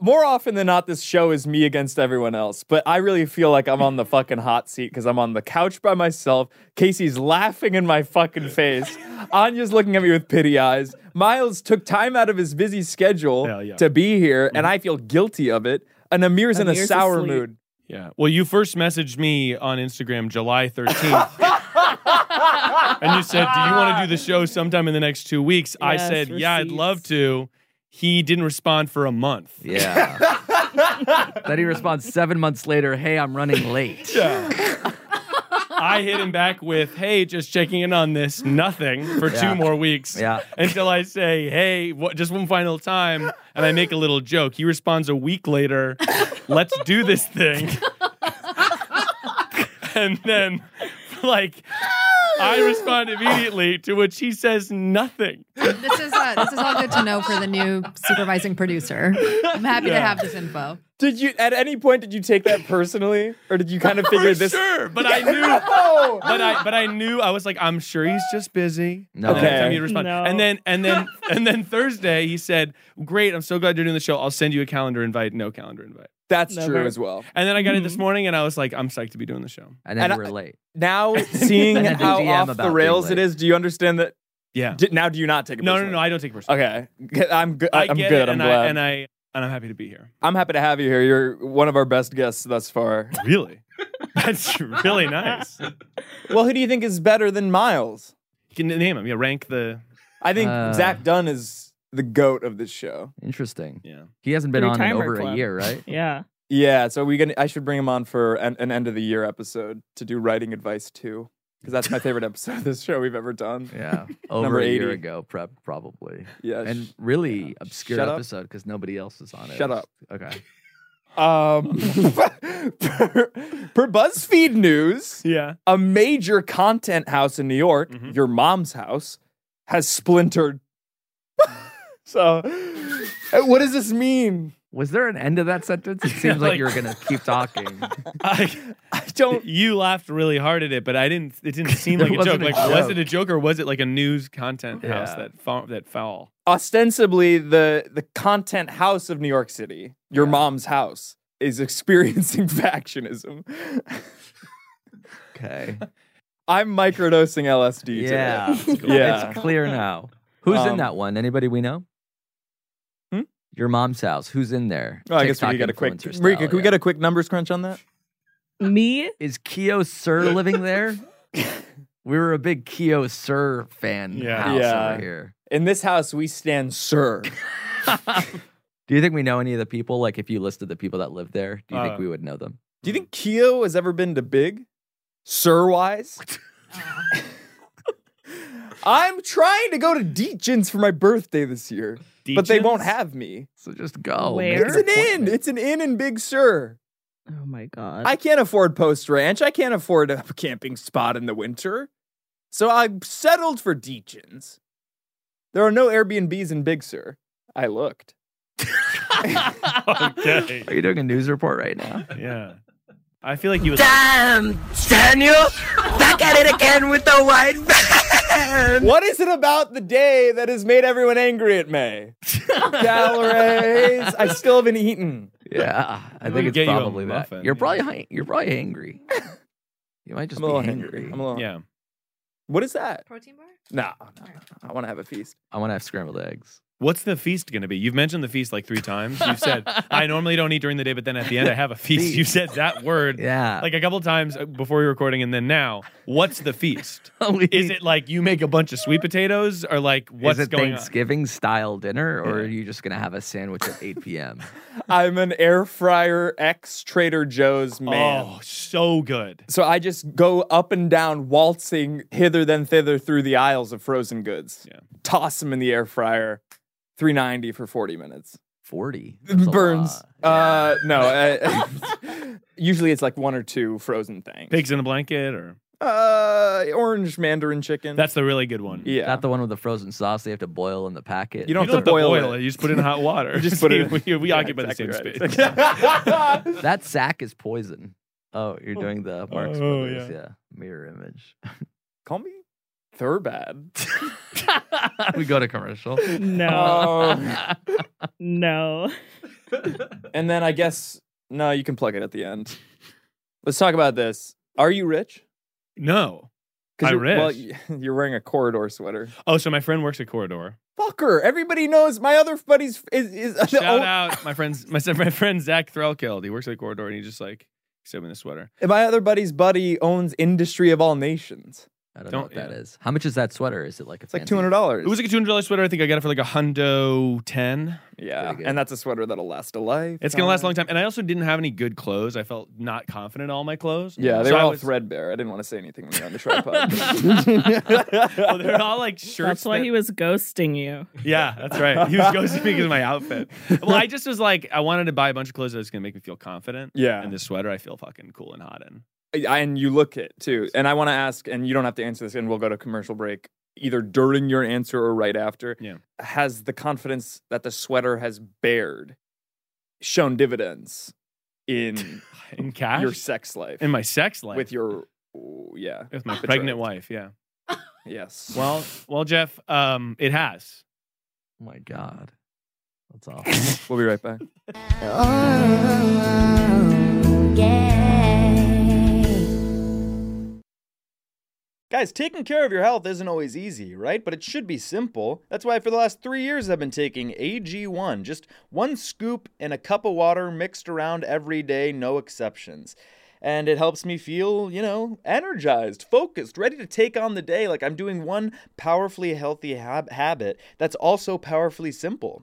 [SPEAKER 6] More often than not, this show is me against everyone else, but I really feel like I'm on the fucking hot seat because I'm on the couch by myself. Casey's laughing in my fucking face. Anya's looking at me with pity eyes. Miles took time out of his busy schedule
[SPEAKER 9] Hell yeah.
[SPEAKER 6] to be here,
[SPEAKER 10] Mm-hmm.
[SPEAKER 6] and I feel guilty of it. And Amir's, in a
[SPEAKER 11] Amir's
[SPEAKER 6] sour
[SPEAKER 11] asleep.
[SPEAKER 6] mood.
[SPEAKER 9] Yeah. Well, you first messaged me on Instagram
[SPEAKER 11] (laughs)
[SPEAKER 9] July 13th. and you said, Do you want to do the show sometime in the next two weeks? I
[SPEAKER 11] Yes,
[SPEAKER 9] said, Yeah, I'd
[SPEAKER 11] receipts.
[SPEAKER 9] love to. He didn't respond for a month.
[SPEAKER 10] Yeah.
[SPEAKER 6] (laughs)
[SPEAKER 10] then he responds seven months later, hey, I'm running late.
[SPEAKER 9] I hit him back with, Hey, just checking in on this, nothing for
[SPEAKER 10] Yeah.
[SPEAKER 9] two more weeks.
[SPEAKER 10] Yeah.
[SPEAKER 9] Until I say, Hey, what, just one final time. And I make a little joke. He responds a week later, Let's do this thing. (laughs) and then, like, I respond immediately, to which he says nothing.
[SPEAKER 12] This is uh, this is all good to know for the new supervising producer. I'm happy
[SPEAKER 9] Yeah.
[SPEAKER 12] to have this info.
[SPEAKER 6] Did you at any point did you take that personally, or did you kind
[SPEAKER 10] (laughs) Oh,
[SPEAKER 6] of figure this?
[SPEAKER 9] Sure, but I knew.
[SPEAKER 6] No!
[SPEAKER 9] But I, but I knew I was like, I'm sure he's just busy.
[SPEAKER 10] No.
[SPEAKER 9] And every time
[SPEAKER 6] Okay.
[SPEAKER 9] he'd respond.
[SPEAKER 11] No.
[SPEAKER 9] And then, and then, and then Thursday he said, "Great, I'm so glad you're doing the show. I'll send you a calendar invite. No calendar invite."
[SPEAKER 6] That's
[SPEAKER 11] Never.
[SPEAKER 6] true as well.
[SPEAKER 9] And then I got it this morning, and I was like, "I'm psyched to be doing the show."
[SPEAKER 10] And
[SPEAKER 6] And
[SPEAKER 10] then
[SPEAKER 6] I-
[SPEAKER 10] we're late. (laughs)
[SPEAKER 6] Now seeing
[SPEAKER 10] Then I do
[SPEAKER 6] how
[SPEAKER 10] DM
[SPEAKER 6] off
[SPEAKER 10] about
[SPEAKER 6] the
[SPEAKER 10] being
[SPEAKER 6] rails it
[SPEAKER 10] late.
[SPEAKER 6] is, do you understand that?
[SPEAKER 9] Yeah.
[SPEAKER 6] Di- now do you not take it?
[SPEAKER 9] No, no,
[SPEAKER 6] personally?
[SPEAKER 9] no. I don't take it personally.
[SPEAKER 6] Okay, G- I'm good.
[SPEAKER 9] I
[SPEAKER 6] I'm
[SPEAKER 9] get
[SPEAKER 6] good.
[SPEAKER 9] It,
[SPEAKER 6] I'm
[SPEAKER 9] and
[SPEAKER 6] glad.
[SPEAKER 9] I, and I and I'm happy to be here.
[SPEAKER 6] I'm happy to have you here. You're one of our best guests thus far.
[SPEAKER 9] Really, (laughs) that's really nice.
[SPEAKER 6] well, who do you think is better than Miles?
[SPEAKER 9] You can name him. Yeah, rank the.
[SPEAKER 6] I think
[SPEAKER 10] Uh.
[SPEAKER 6] Zach Dunn is the goat of this show.
[SPEAKER 10] Interesting.
[SPEAKER 9] Yeah.
[SPEAKER 10] He hasn't been
[SPEAKER 11] Three
[SPEAKER 10] on in
[SPEAKER 11] timer
[SPEAKER 10] over a
[SPEAKER 11] club.
[SPEAKER 10] year,
[SPEAKER 6] (laughs)
[SPEAKER 10] right?
[SPEAKER 11] Yeah.
[SPEAKER 6] Yeah, so we gonna. I should bring him on for an, an end of the year episode to do writing advice too, because that's my favorite episode of this show we've ever done.
[SPEAKER 10] Yeah. Over
[SPEAKER 6] Number
[SPEAKER 10] a year
[SPEAKER 6] 80.
[SPEAKER 10] ago, prep probably.
[SPEAKER 6] Yeah,
[SPEAKER 10] And really obscure
[SPEAKER 6] Shut up.
[SPEAKER 10] episode because nobody else is on it.
[SPEAKER 6] Shut up.
[SPEAKER 10] Okay.
[SPEAKER 6] Um, (laughs) per, per BuzzFeed News,
[SPEAKER 9] Yeah.
[SPEAKER 6] a major content house in New York,
[SPEAKER 9] Mhm.
[SPEAKER 6] your mom's house, has splintered. (laughs) so, uh, what does this mean? (laughs)
[SPEAKER 10] Was there an end to that sentence? It seems like,
[SPEAKER 9] like-
[SPEAKER 10] you were gonna keep talking.
[SPEAKER 6] (laughs)
[SPEAKER 9] I,
[SPEAKER 6] I don't.
[SPEAKER 9] you laughed really hard at it, but I didn't. It didn't seem like
[SPEAKER 10] It
[SPEAKER 9] a joke.
[SPEAKER 10] wasn't a
[SPEAKER 9] Like, was
[SPEAKER 10] joke.
[SPEAKER 9] it a joke or was it like a news content house
[SPEAKER 10] Yeah.
[SPEAKER 9] that fo- that foul?
[SPEAKER 6] Ostensibly, the the content house of New York City, your mom's house, is experiencing (laughs) factionism.
[SPEAKER 10] Okay.
[SPEAKER 6] I'm microdosing LSD (laughs)
[SPEAKER 10] yeah.
[SPEAKER 6] today. Yeah.
[SPEAKER 10] It's clear now. Who's in
[SPEAKER 6] Um,
[SPEAKER 10] that one? Anybody we know?
[SPEAKER 6] Hmm?
[SPEAKER 10] Your mom's house. Who's in there?
[SPEAKER 6] Oh, I guess we
[SPEAKER 10] TikTok
[SPEAKER 6] could get a quick.
[SPEAKER 10] influencer
[SPEAKER 6] Marika,
[SPEAKER 10] style,
[SPEAKER 6] can we
[SPEAKER 10] yeah.
[SPEAKER 6] get a quick numbers crunch on that?
[SPEAKER 11] Me?
[SPEAKER 10] Is Keo Sir living
[SPEAKER 6] (laughs)
[SPEAKER 10] there? we were a big Keo Sir fan
[SPEAKER 9] Yeah.
[SPEAKER 10] house
[SPEAKER 6] Yeah.
[SPEAKER 10] over here.
[SPEAKER 6] In this house, we stand, sir.
[SPEAKER 10] Do you think we know any of the people? Like, if you listed the people that lived there, do you
[SPEAKER 9] Uh,
[SPEAKER 10] think we would know them?
[SPEAKER 6] Do you think Keo has ever been to big? Sir wise? (laughs) I'm trying to go to Deetjins for my birthday this year, but they won't
[SPEAKER 9] Deejins?
[SPEAKER 6] have me.
[SPEAKER 10] So just go.
[SPEAKER 11] Where?
[SPEAKER 10] make
[SPEAKER 6] It's
[SPEAKER 10] an
[SPEAKER 6] an inn.
[SPEAKER 10] appointment.
[SPEAKER 6] It's an inn in Big Sur.
[SPEAKER 11] Oh my god.
[SPEAKER 6] I can't afford Post Ranch. I can't afford a (laughs) camping spot in the winter. So I settled for Deetjins. There are no Airbnbs in Big Sur. I looked. (laughs)
[SPEAKER 9] (laughs) okay.
[SPEAKER 10] Are you doing a news report
[SPEAKER 6] (laughs)
[SPEAKER 10] right now?
[SPEAKER 9] Yeah. I feel like you would.
[SPEAKER 8] Damn, Daniel, back at it again with the white van.
[SPEAKER 6] (laughs) What is it about the day
[SPEAKER 10] (laughs)
[SPEAKER 6] that has made everyone angry at me? Calories. I still haven't eaten.
[SPEAKER 10] Yeah, I
[SPEAKER 9] I'm
[SPEAKER 10] think
[SPEAKER 9] gonna
[SPEAKER 10] it's
[SPEAKER 9] get you a
[SPEAKER 10] probably that.
[SPEAKER 9] muffin,
[SPEAKER 10] You're
[SPEAKER 9] yeah.
[SPEAKER 10] probably hi- you're
[SPEAKER 6] (laughs)
[SPEAKER 10] probably angry. You might just
[SPEAKER 6] I'm a
[SPEAKER 10] be
[SPEAKER 6] little
[SPEAKER 10] angry.
[SPEAKER 6] hangry. I'm a little-
[SPEAKER 9] Yeah.
[SPEAKER 6] What is that?
[SPEAKER 12] Protein bar?
[SPEAKER 6] No, no, no, no. I want to have a feast.
[SPEAKER 10] I want to have scrambled eggs.
[SPEAKER 9] What's the feast going to be? You've mentioned the feast like three times.
[SPEAKER 6] (laughs)
[SPEAKER 9] You've said,
[SPEAKER 10] (laughs)
[SPEAKER 9] I normally don't eat during the day, but then at the end, I have a feast. You said that word (laughs)
[SPEAKER 10] Yeah. (laughs)
[SPEAKER 9] like a couple times uh, before we were recording and then now. What's the feast?
[SPEAKER 6] (laughs)
[SPEAKER 10] We-
[SPEAKER 9] Is it like you make a bunch of sweet potatoes or like what's
[SPEAKER 10] Is it
[SPEAKER 9] going on?
[SPEAKER 10] Thanksgiving style dinner, or are you just gonna have a sandwich at
[SPEAKER 9] (laughs)
[SPEAKER 10] 8 p.m.?
[SPEAKER 6] I'm an air fryer ex Trader Joe's man.
[SPEAKER 9] Oh, so good.
[SPEAKER 6] So I just go up and down, waltzing hither then thither through the aisles of frozen goods.
[SPEAKER 9] Yeah.
[SPEAKER 6] Toss them in the air fryer, 390 for 40 minutes.
[SPEAKER 10] 40 That's a
[SPEAKER 6] Burns.
[SPEAKER 10] lot.
[SPEAKER 6] Uh, no.
[SPEAKER 10] (laughs)
[SPEAKER 6] uh, (laughs) usually it's like one or two frozen things.
[SPEAKER 9] Pigs in a blanket or
[SPEAKER 6] Uh, orange mandarin chicken.
[SPEAKER 9] that's the really good one.
[SPEAKER 6] yeah.
[SPEAKER 10] Not the one with the frozen sauce they have to boil in the packet.
[SPEAKER 6] You don't
[SPEAKER 9] You don't have to boil,
[SPEAKER 6] boil
[SPEAKER 9] it.
[SPEAKER 6] it.
[SPEAKER 9] You just put it in hot
[SPEAKER 6] (laughs)
[SPEAKER 9] water.
[SPEAKER 6] You
[SPEAKER 9] (laughs)
[SPEAKER 6] just put it in-
[SPEAKER 9] we, we
[SPEAKER 6] Yeah,
[SPEAKER 9] occupy the same
[SPEAKER 6] exactly
[SPEAKER 9] space.
[SPEAKER 6] right. (laughs)
[SPEAKER 10] that sack is poison. Oh, you're doing the Marx
[SPEAKER 9] Oh,
[SPEAKER 10] Brothers,
[SPEAKER 9] yeah.
[SPEAKER 10] yeah. Mirror
[SPEAKER 9] (laughs)
[SPEAKER 10] image. (laughs)
[SPEAKER 6] Call me Thurbad.
[SPEAKER 10] we go
[SPEAKER 9] (laughs)
[SPEAKER 10] to commercial. (laughs)
[SPEAKER 11] No,
[SPEAKER 6] Oh.
[SPEAKER 11] no.
[SPEAKER 6] (laughs) and then I guess no, you can plug it at the end. Let's talk about this. Are you rich?
[SPEAKER 9] (laughs) No.
[SPEAKER 6] 'Cause
[SPEAKER 9] I'm
[SPEAKER 6] you're- Well,
[SPEAKER 9] rich.
[SPEAKER 6] y- (laughs) you're wearing a corridor sweater.
[SPEAKER 9] Oh, so my friend works at
[SPEAKER 6] (laughs)
[SPEAKER 9] Corridor.
[SPEAKER 6] Fucker! Everybody knows my other buddies is is (laughs) the
[SPEAKER 9] Shout
[SPEAKER 6] o-
[SPEAKER 9] out my friends, my, (laughs) my friend Zach Threlkeld. He works at Corridor and he just like he's in the sweater.
[SPEAKER 6] my other buddy's buddy owns Industry of All Nations.
[SPEAKER 10] I don't, know
[SPEAKER 9] Don't-
[SPEAKER 10] what that is.
[SPEAKER 9] yeah.
[SPEAKER 10] How much is that sweater? Is it like a
[SPEAKER 6] It's like two hundred dollars.
[SPEAKER 9] It was like a two hundred dollar sweater. I think I got it for like a hundo ten.
[SPEAKER 6] yeah,
[SPEAKER 10] Pretty good.
[SPEAKER 6] and that's a sweater that'll last a life.
[SPEAKER 9] It's gonna
[SPEAKER 11] Um,
[SPEAKER 9] last a long time. And I also didn't have any good clothes. I felt not confident in all my clothes.
[SPEAKER 6] Yeah, they
[SPEAKER 9] So
[SPEAKER 6] were
[SPEAKER 9] I
[SPEAKER 6] all
[SPEAKER 9] was- (laughs)
[SPEAKER 6] threadbare. I didn't want to say anything when you were on the tripod.
[SPEAKER 9] Well, Oh,
[SPEAKER 6] (laughs)
[SPEAKER 9] they're all like shirts.
[SPEAKER 11] That's why
[SPEAKER 9] that-
[SPEAKER 11] he was ghosting you.
[SPEAKER 9] Yeah, that's right. He was ghosting me because of my outfit. Well, I just was like, I wanted to buy a bunch of clothes that was gonna make me feel confident.
[SPEAKER 6] Yeah.
[SPEAKER 9] And this sweater, I feel fucking cool and hot in.
[SPEAKER 6] I- and you look it too. And I want to ask, and you don't have to answer this, and we'll go to commercial break either during your answer or right after.
[SPEAKER 9] Yeah.
[SPEAKER 6] Has the confidence that the sweater has bared shown dividends in
[SPEAKER 9] (laughs) In cash.
[SPEAKER 6] your sex life?
[SPEAKER 9] in my sex life.
[SPEAKER 6] with your, ooh, yeah,
[SPEAKER 9] with
[SPEAKER 6] (laughs)
[SPEAKER 9] my
[SPEAKER 6] betrothed.
[SPEAKER 9] pregnant wife, yeah.
[SPEAKER 6] Yes.
[SPEAKER 9] Well, well, Jeff, um, it has.
[SPEAKER 10] Oh my God.
[SPEAKER 9] (laughs)
[SPEAKER 10] That's
[SPEAKER 6] (laughs)
[SPEAKER 10] awful.
[SPEAKER 6] we'll be right back. Guys, taking care of your health isn't always easy, right? But it should be simple. That's why for the last three years I've been taking AG1, just one scoop in a cup of water mixed around every day, no exceptions. And it helps me feel, you know, energized, focused, ready to take on the day like I'm doing one powerfully healthy hab- habit that's also powerfully simple.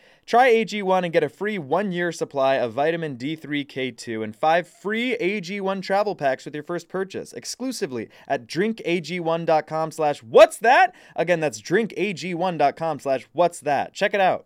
[SPEAKER 6] Try AG1 and get a free one year supply of vitamin D3K2 and five free AG1 travel packs with your first purchase exclusively at drinkag1.com slash what's that? Again, that's drinkag1.com slash what's that. Check it out.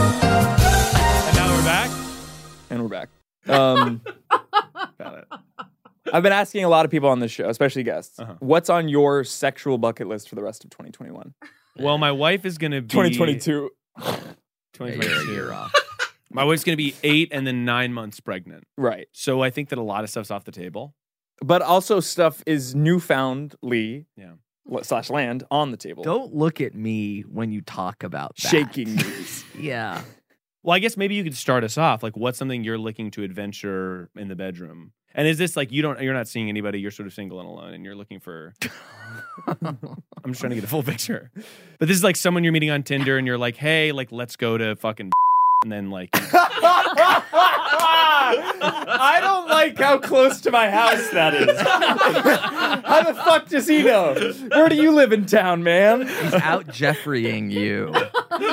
[SPEAKER 9] And now we're back.
[SPEAKER 6] And we're back. (laughs) Um,
[SPEAKER 9] Got it.
[SPEAKER 6] I've been asking a lot of people on this show, especially guests,
[SPEAKER 9] Uh-huh.
[SPEAKER 6] what's on your sexual bucket list for the rest of 2021?
[SPEAKER 9] Well, my wife is gonna be
[SPEAKER 6] 2022.
[SPEAKER 10] Yeah, you're a
[SPEAKER 9] 2022.
[SPEAKER 10] year off.
[SPEAKER 9] My wife's gonna be eight and then nine months pregnant.
[SPEAKER 6] Right.
[SPEAKER 9] So I think that a lot of stuff's off the table.
[SPEAKER 6] But also stuff is newfoundly
[SPEAKER 9] Yeah.
[SPEAKER 6] l- slash land on the table.
[SPEAKER 10] Don't look at me when you talk about that.
[SPEAKER 6] Shaking knees.
[SPEAKER 10] (laughs) yeah.
[SPEAKER 9] Well, I guess maybe you could start us off. Like, what's something you're looking to adventure in the bedroom? And is this like you don't you're not seeing anybody? You're sort of single and alone, and you're looking for. I'm just trying to get a full picture. But this is like someone you're meeting on Tinder, and you're like, hey, like let's go to fucking, (laughs) and then
[SPEAKER 10] (laughs)
[SPEAKER 9] like
[SPEAKER 6] (laughs) I don't like how close to my house that is. (laughs) how the fuck does he know? Where do you live in town, man?
[SPEAKER 10] He's out Jeffreying you.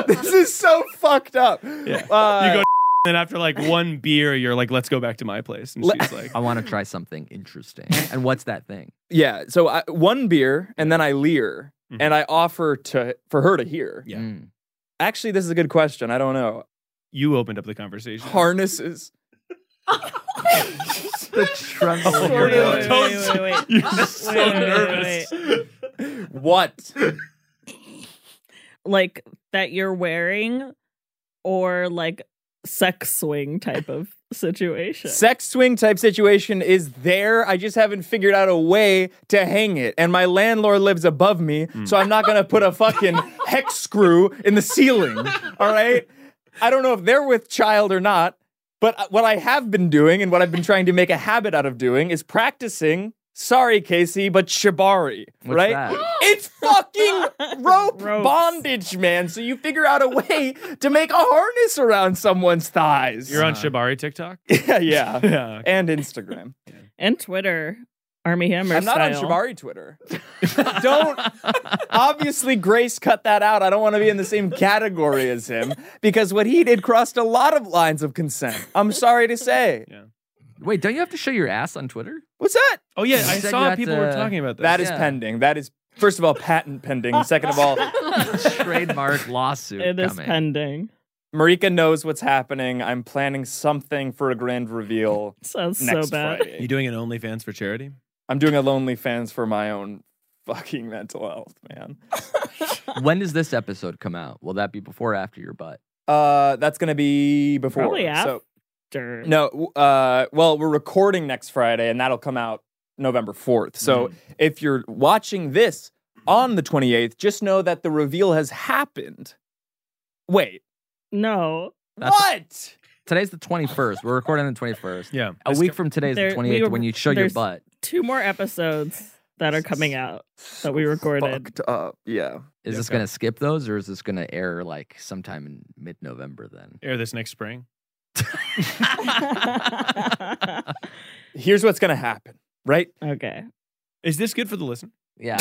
[SPEAKER 6] (laughs) this is so fucked up.
[SPEAKER 9] Yeah.
[SPEAKER 6] Uh,
[SPEAKER 9] you go, (laughs) to and after like one beer, you're like, let's go back to my place. And she's
[SPEAKER 10] (laughs)
[SPEAKER 9] like,
[SPEAKER 10] I want to try something interesting. And what's that thing?
[SPEAKER 6] Yeah. So I, one beer, and then I leer, and I offer to for her to hear.
[SPEAKER 9] Mm-hmm. Yeah.
[SPEAKER 10] Hmm.
[SPEAKER 6] Actually, this is a good question. I don't know.
[SPEAKER 9] You opened up the conversation. (laughs)
[SPEAKER 6] Harnesses.
[SPEAKER 10] the trembling.
[SPEAKER 6] (laughs) Oh,
[SPEAKER 9] Wait, wait,
[SPEAKER 6] don't- (laughs) You're
[SPEAKER 9] wait, wait, wait. Wait,
[SPEAKER 10] (laughs)
[SPEAKER 6] so
[SPEAKER 9] wait, wait,
[SPEAKER 6] nervous.
[SPEAKER 11] wait.
[SPEAKER 6] What?
[SPEAKER 11] like that you're wearing or like sex swing type of situation.
[SPEAKER 6] Sex swing type situation is there. I just haven't figured out a way to hang it. And my landlord lives above me, so I'm not gonna put a fucking hex screw in the ceiling. All right. I don't know if they're with child or not, but uh, what I have been doing and what I've been trying to make a habit out of doing is practicing. Sorry, Casey, but shibari,
[SPEAKER 10] What's
[SPEAKER 6] right?
[SPEAKER 10] that?
[SPEAKER 6] It's fucking rope bondage, man. So you figure out a way to make a harness around someone's thighs.
[SPEAKER 9] You're on Shibari
[SPEAKER 10] (laughs)
[SPEAKER 9] TikTok?
[SPEAKER 6] Yeah, (laughs) yeah.
[SPEAKER 9] (laughs) Yeah.
[SPEAKER 6] And Instagram.
[SPEAKER 11] (laughs) And Twitter, Army Hammer.
[SPEAKER 6] I'm not on
[SPEAKER 11] style.
[SPEAKER 6] Shibari Twitter. don't. Obviously, Grace cut that out. I don't want to be in the same category as him because what he did crossed a lot of lines of consent. I'm sorry to say.
[SPEAKER 10] Wait, don't you have to show your ass
[SPEAKER 11] (laughs)
[SPEAKER 10] on Twitter?
[SPEAKER 6] What's that?
[SPEAKER 9] Oh yeah,
[SPEAKER 10] You
[SPEAKER 9] I
[SPEAKER 10] said
[SPEAKER 9] saw
[SPEAKER 10] you had
[SPEAKER 9] people were
[SPEAKER 10] to-
[SPEAKER 9] talking about this.
[SPEAKER 6] That is
[SPEAKER 10] Yeah.
[SPEAKER 6] pending. That is, first of all, patent pending. Second of all,
[SPEAKER 10] Trademark lawsuit.
[SPEAKER 11] It is
[SPEAKER 10] coming.
[SPEAKER 11] pending.
[SPEAKER 6] Marika knows what's happening. I'm planning something for a grand reveal.
[SPEAKER 11] Sounds (laughs) so
[SPEAKER 6] next
[SPEAKER 11] bad.
[SPEAKER 6] Friday.
[SPEAKER 9] You doing an OnlyFans for charity?
[SPEAKER 6] I'm doing a lonely fans for my own fucking mental health, man.
[SPEAKER 10] when does this episode come out? Will that be before or after your butt?
[SPEAKER 6] Uh, that's gonna be before.
[SPEAKER 11] Probably
[SPEAKER 6] So,
[SPEAKER 11] after.
[SPEAKER 6] no, w- uh, well, we're recording next Friday, and that'll come out November fourth. So
[SPEAKER 10] Hmm.
[SPEAKER 11] Mm-hmm.
[SPEAKER 6] if you're watching this on the 28th, just know that the reveal has happened. Wait,
[SPEAKER 11] No.
[SPEAKER 6] what?
[SPEAKER 10] Today's the 21st. We're recording the 21st.
[SPEAKER 9] Yeah.
[SPEAKER 10] A week from today is
[SPEAKER 11] There-
[SPEAKER 10] the
[SPEAKER 11] we
[SPEAKER 10] 28th
[SPEAKER 11] were-
[SPEAKER 10] when you show your
[SPEAKER 11] there's
[SPEAKER 10] butt.
[SPEAKER 11] Two more episodes that are coming
[SPEAKER 6] (laughs)
[SPEAKER 11] out (laughs) that we recorded.
[SPEAKER 6] Fucked up. Yeah.
[SPEAKER 10] Is
[SPEAKER 9] Yeah,
[SPEAKER 10] this
[SPEAKER 9] okay.
[SPEAKER 10] going to skip those or is this going to air like sometime in mid November then?
[SPEAKER 9] Air this next spring.
[SPEAKER 6] Here's what's
[SPEAKER 11] (laughs)
[SPEAKER 6] gonna happen, right?
[SPEAKER 11] okay.
[SPEAKER 9] Is this good for the listen?
[SPEAKER 10] (laughs) Yeah.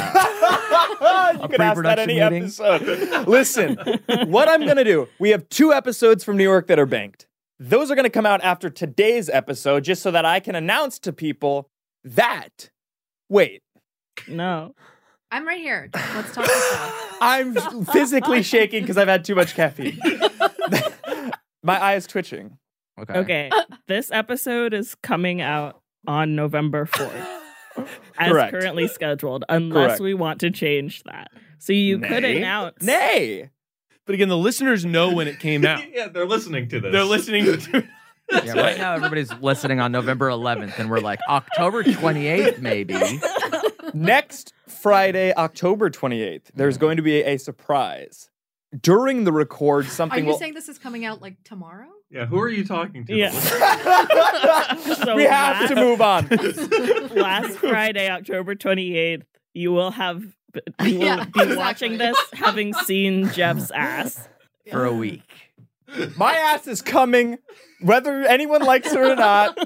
[SPEAKER 6] you can ask that
[SPEAKER 10] pre-production
[SPEAKER 6] any
[SPEAKER 10] meeting?
[SPEAKER 6] episode. Listen, what I'm going to do, we have two episodes from New York that are banked. Those are going to come out after today's episode just so that I can announce to people that, wait,
[SPEAKER 11] (laughs) No.
[SPEAKER 12] (laughs) I'm right here. Let's talk this out.
[SPEAKER 6] (laughs) I'm physically shaking because I've had too much caffeine. (laughs) My eye is twitching.
[SPEAKER 10] Okay.
[SPEAKER 12] (laughs)
[SPEAKER 11] Okay. this episode is coming out on November 4th. As
[SPEAKER 6] Correct.
[SPEAKER 11] currently scheduled, unless
[SPEAKER 6] Correct.
[SPEAKER 11] we want to change that. So you could
[SPEAKER 6] Nay.
[SPEAKER 11] announce.
[SPEAKER 6] Nay.
[SPEAKER 9] But again, the listeners know when it came out.
[SPEAKER 13] (laughs) yeah, they're listening to this.
[SPEAKER 9] They're listening to
[SPEAKER 10] Yeah, right now everybody's listening on November 11th and we're like October 28th maybe.
[SPEAKER 6] Next Friday, October 28th, there's going to be a surprise. During the record,
[SPEAKER 12] Are
[SPEAKER 6] something
[SPEAKER 12] you
[SPEAKER 6] will.
[SPEAKER 12] saying this is coming out like tomorrow?
[SPEAKER 13] (laughs) Yeah, who are you talking to?
[SPEAKER 11] (laughs)
[SPEAKER 6] (laughs)
[SPEAKER 11] Yeah. So
[SPEAKER 6] we have
[SPEAKER 11] last-
[SPEAKER 6] to move on.
[SPEAKER 11] last Friday, October 28th, you
[SPEAKER 12] (laughs)
[SPEAKER 11] will have you will
[SPEAKER 12] Yeah,
[SPEAKER 11] be watching
[SPEAKER 12] exactly.
[SPEAKER 11] this having seen
[SPEAKER 6] (laughs)
[SPEAKER 11] Jeff's ass.
[SPEAKER 10] for a week.
[SPEAKER 6] My ass is coming, whether anyone likes it or not.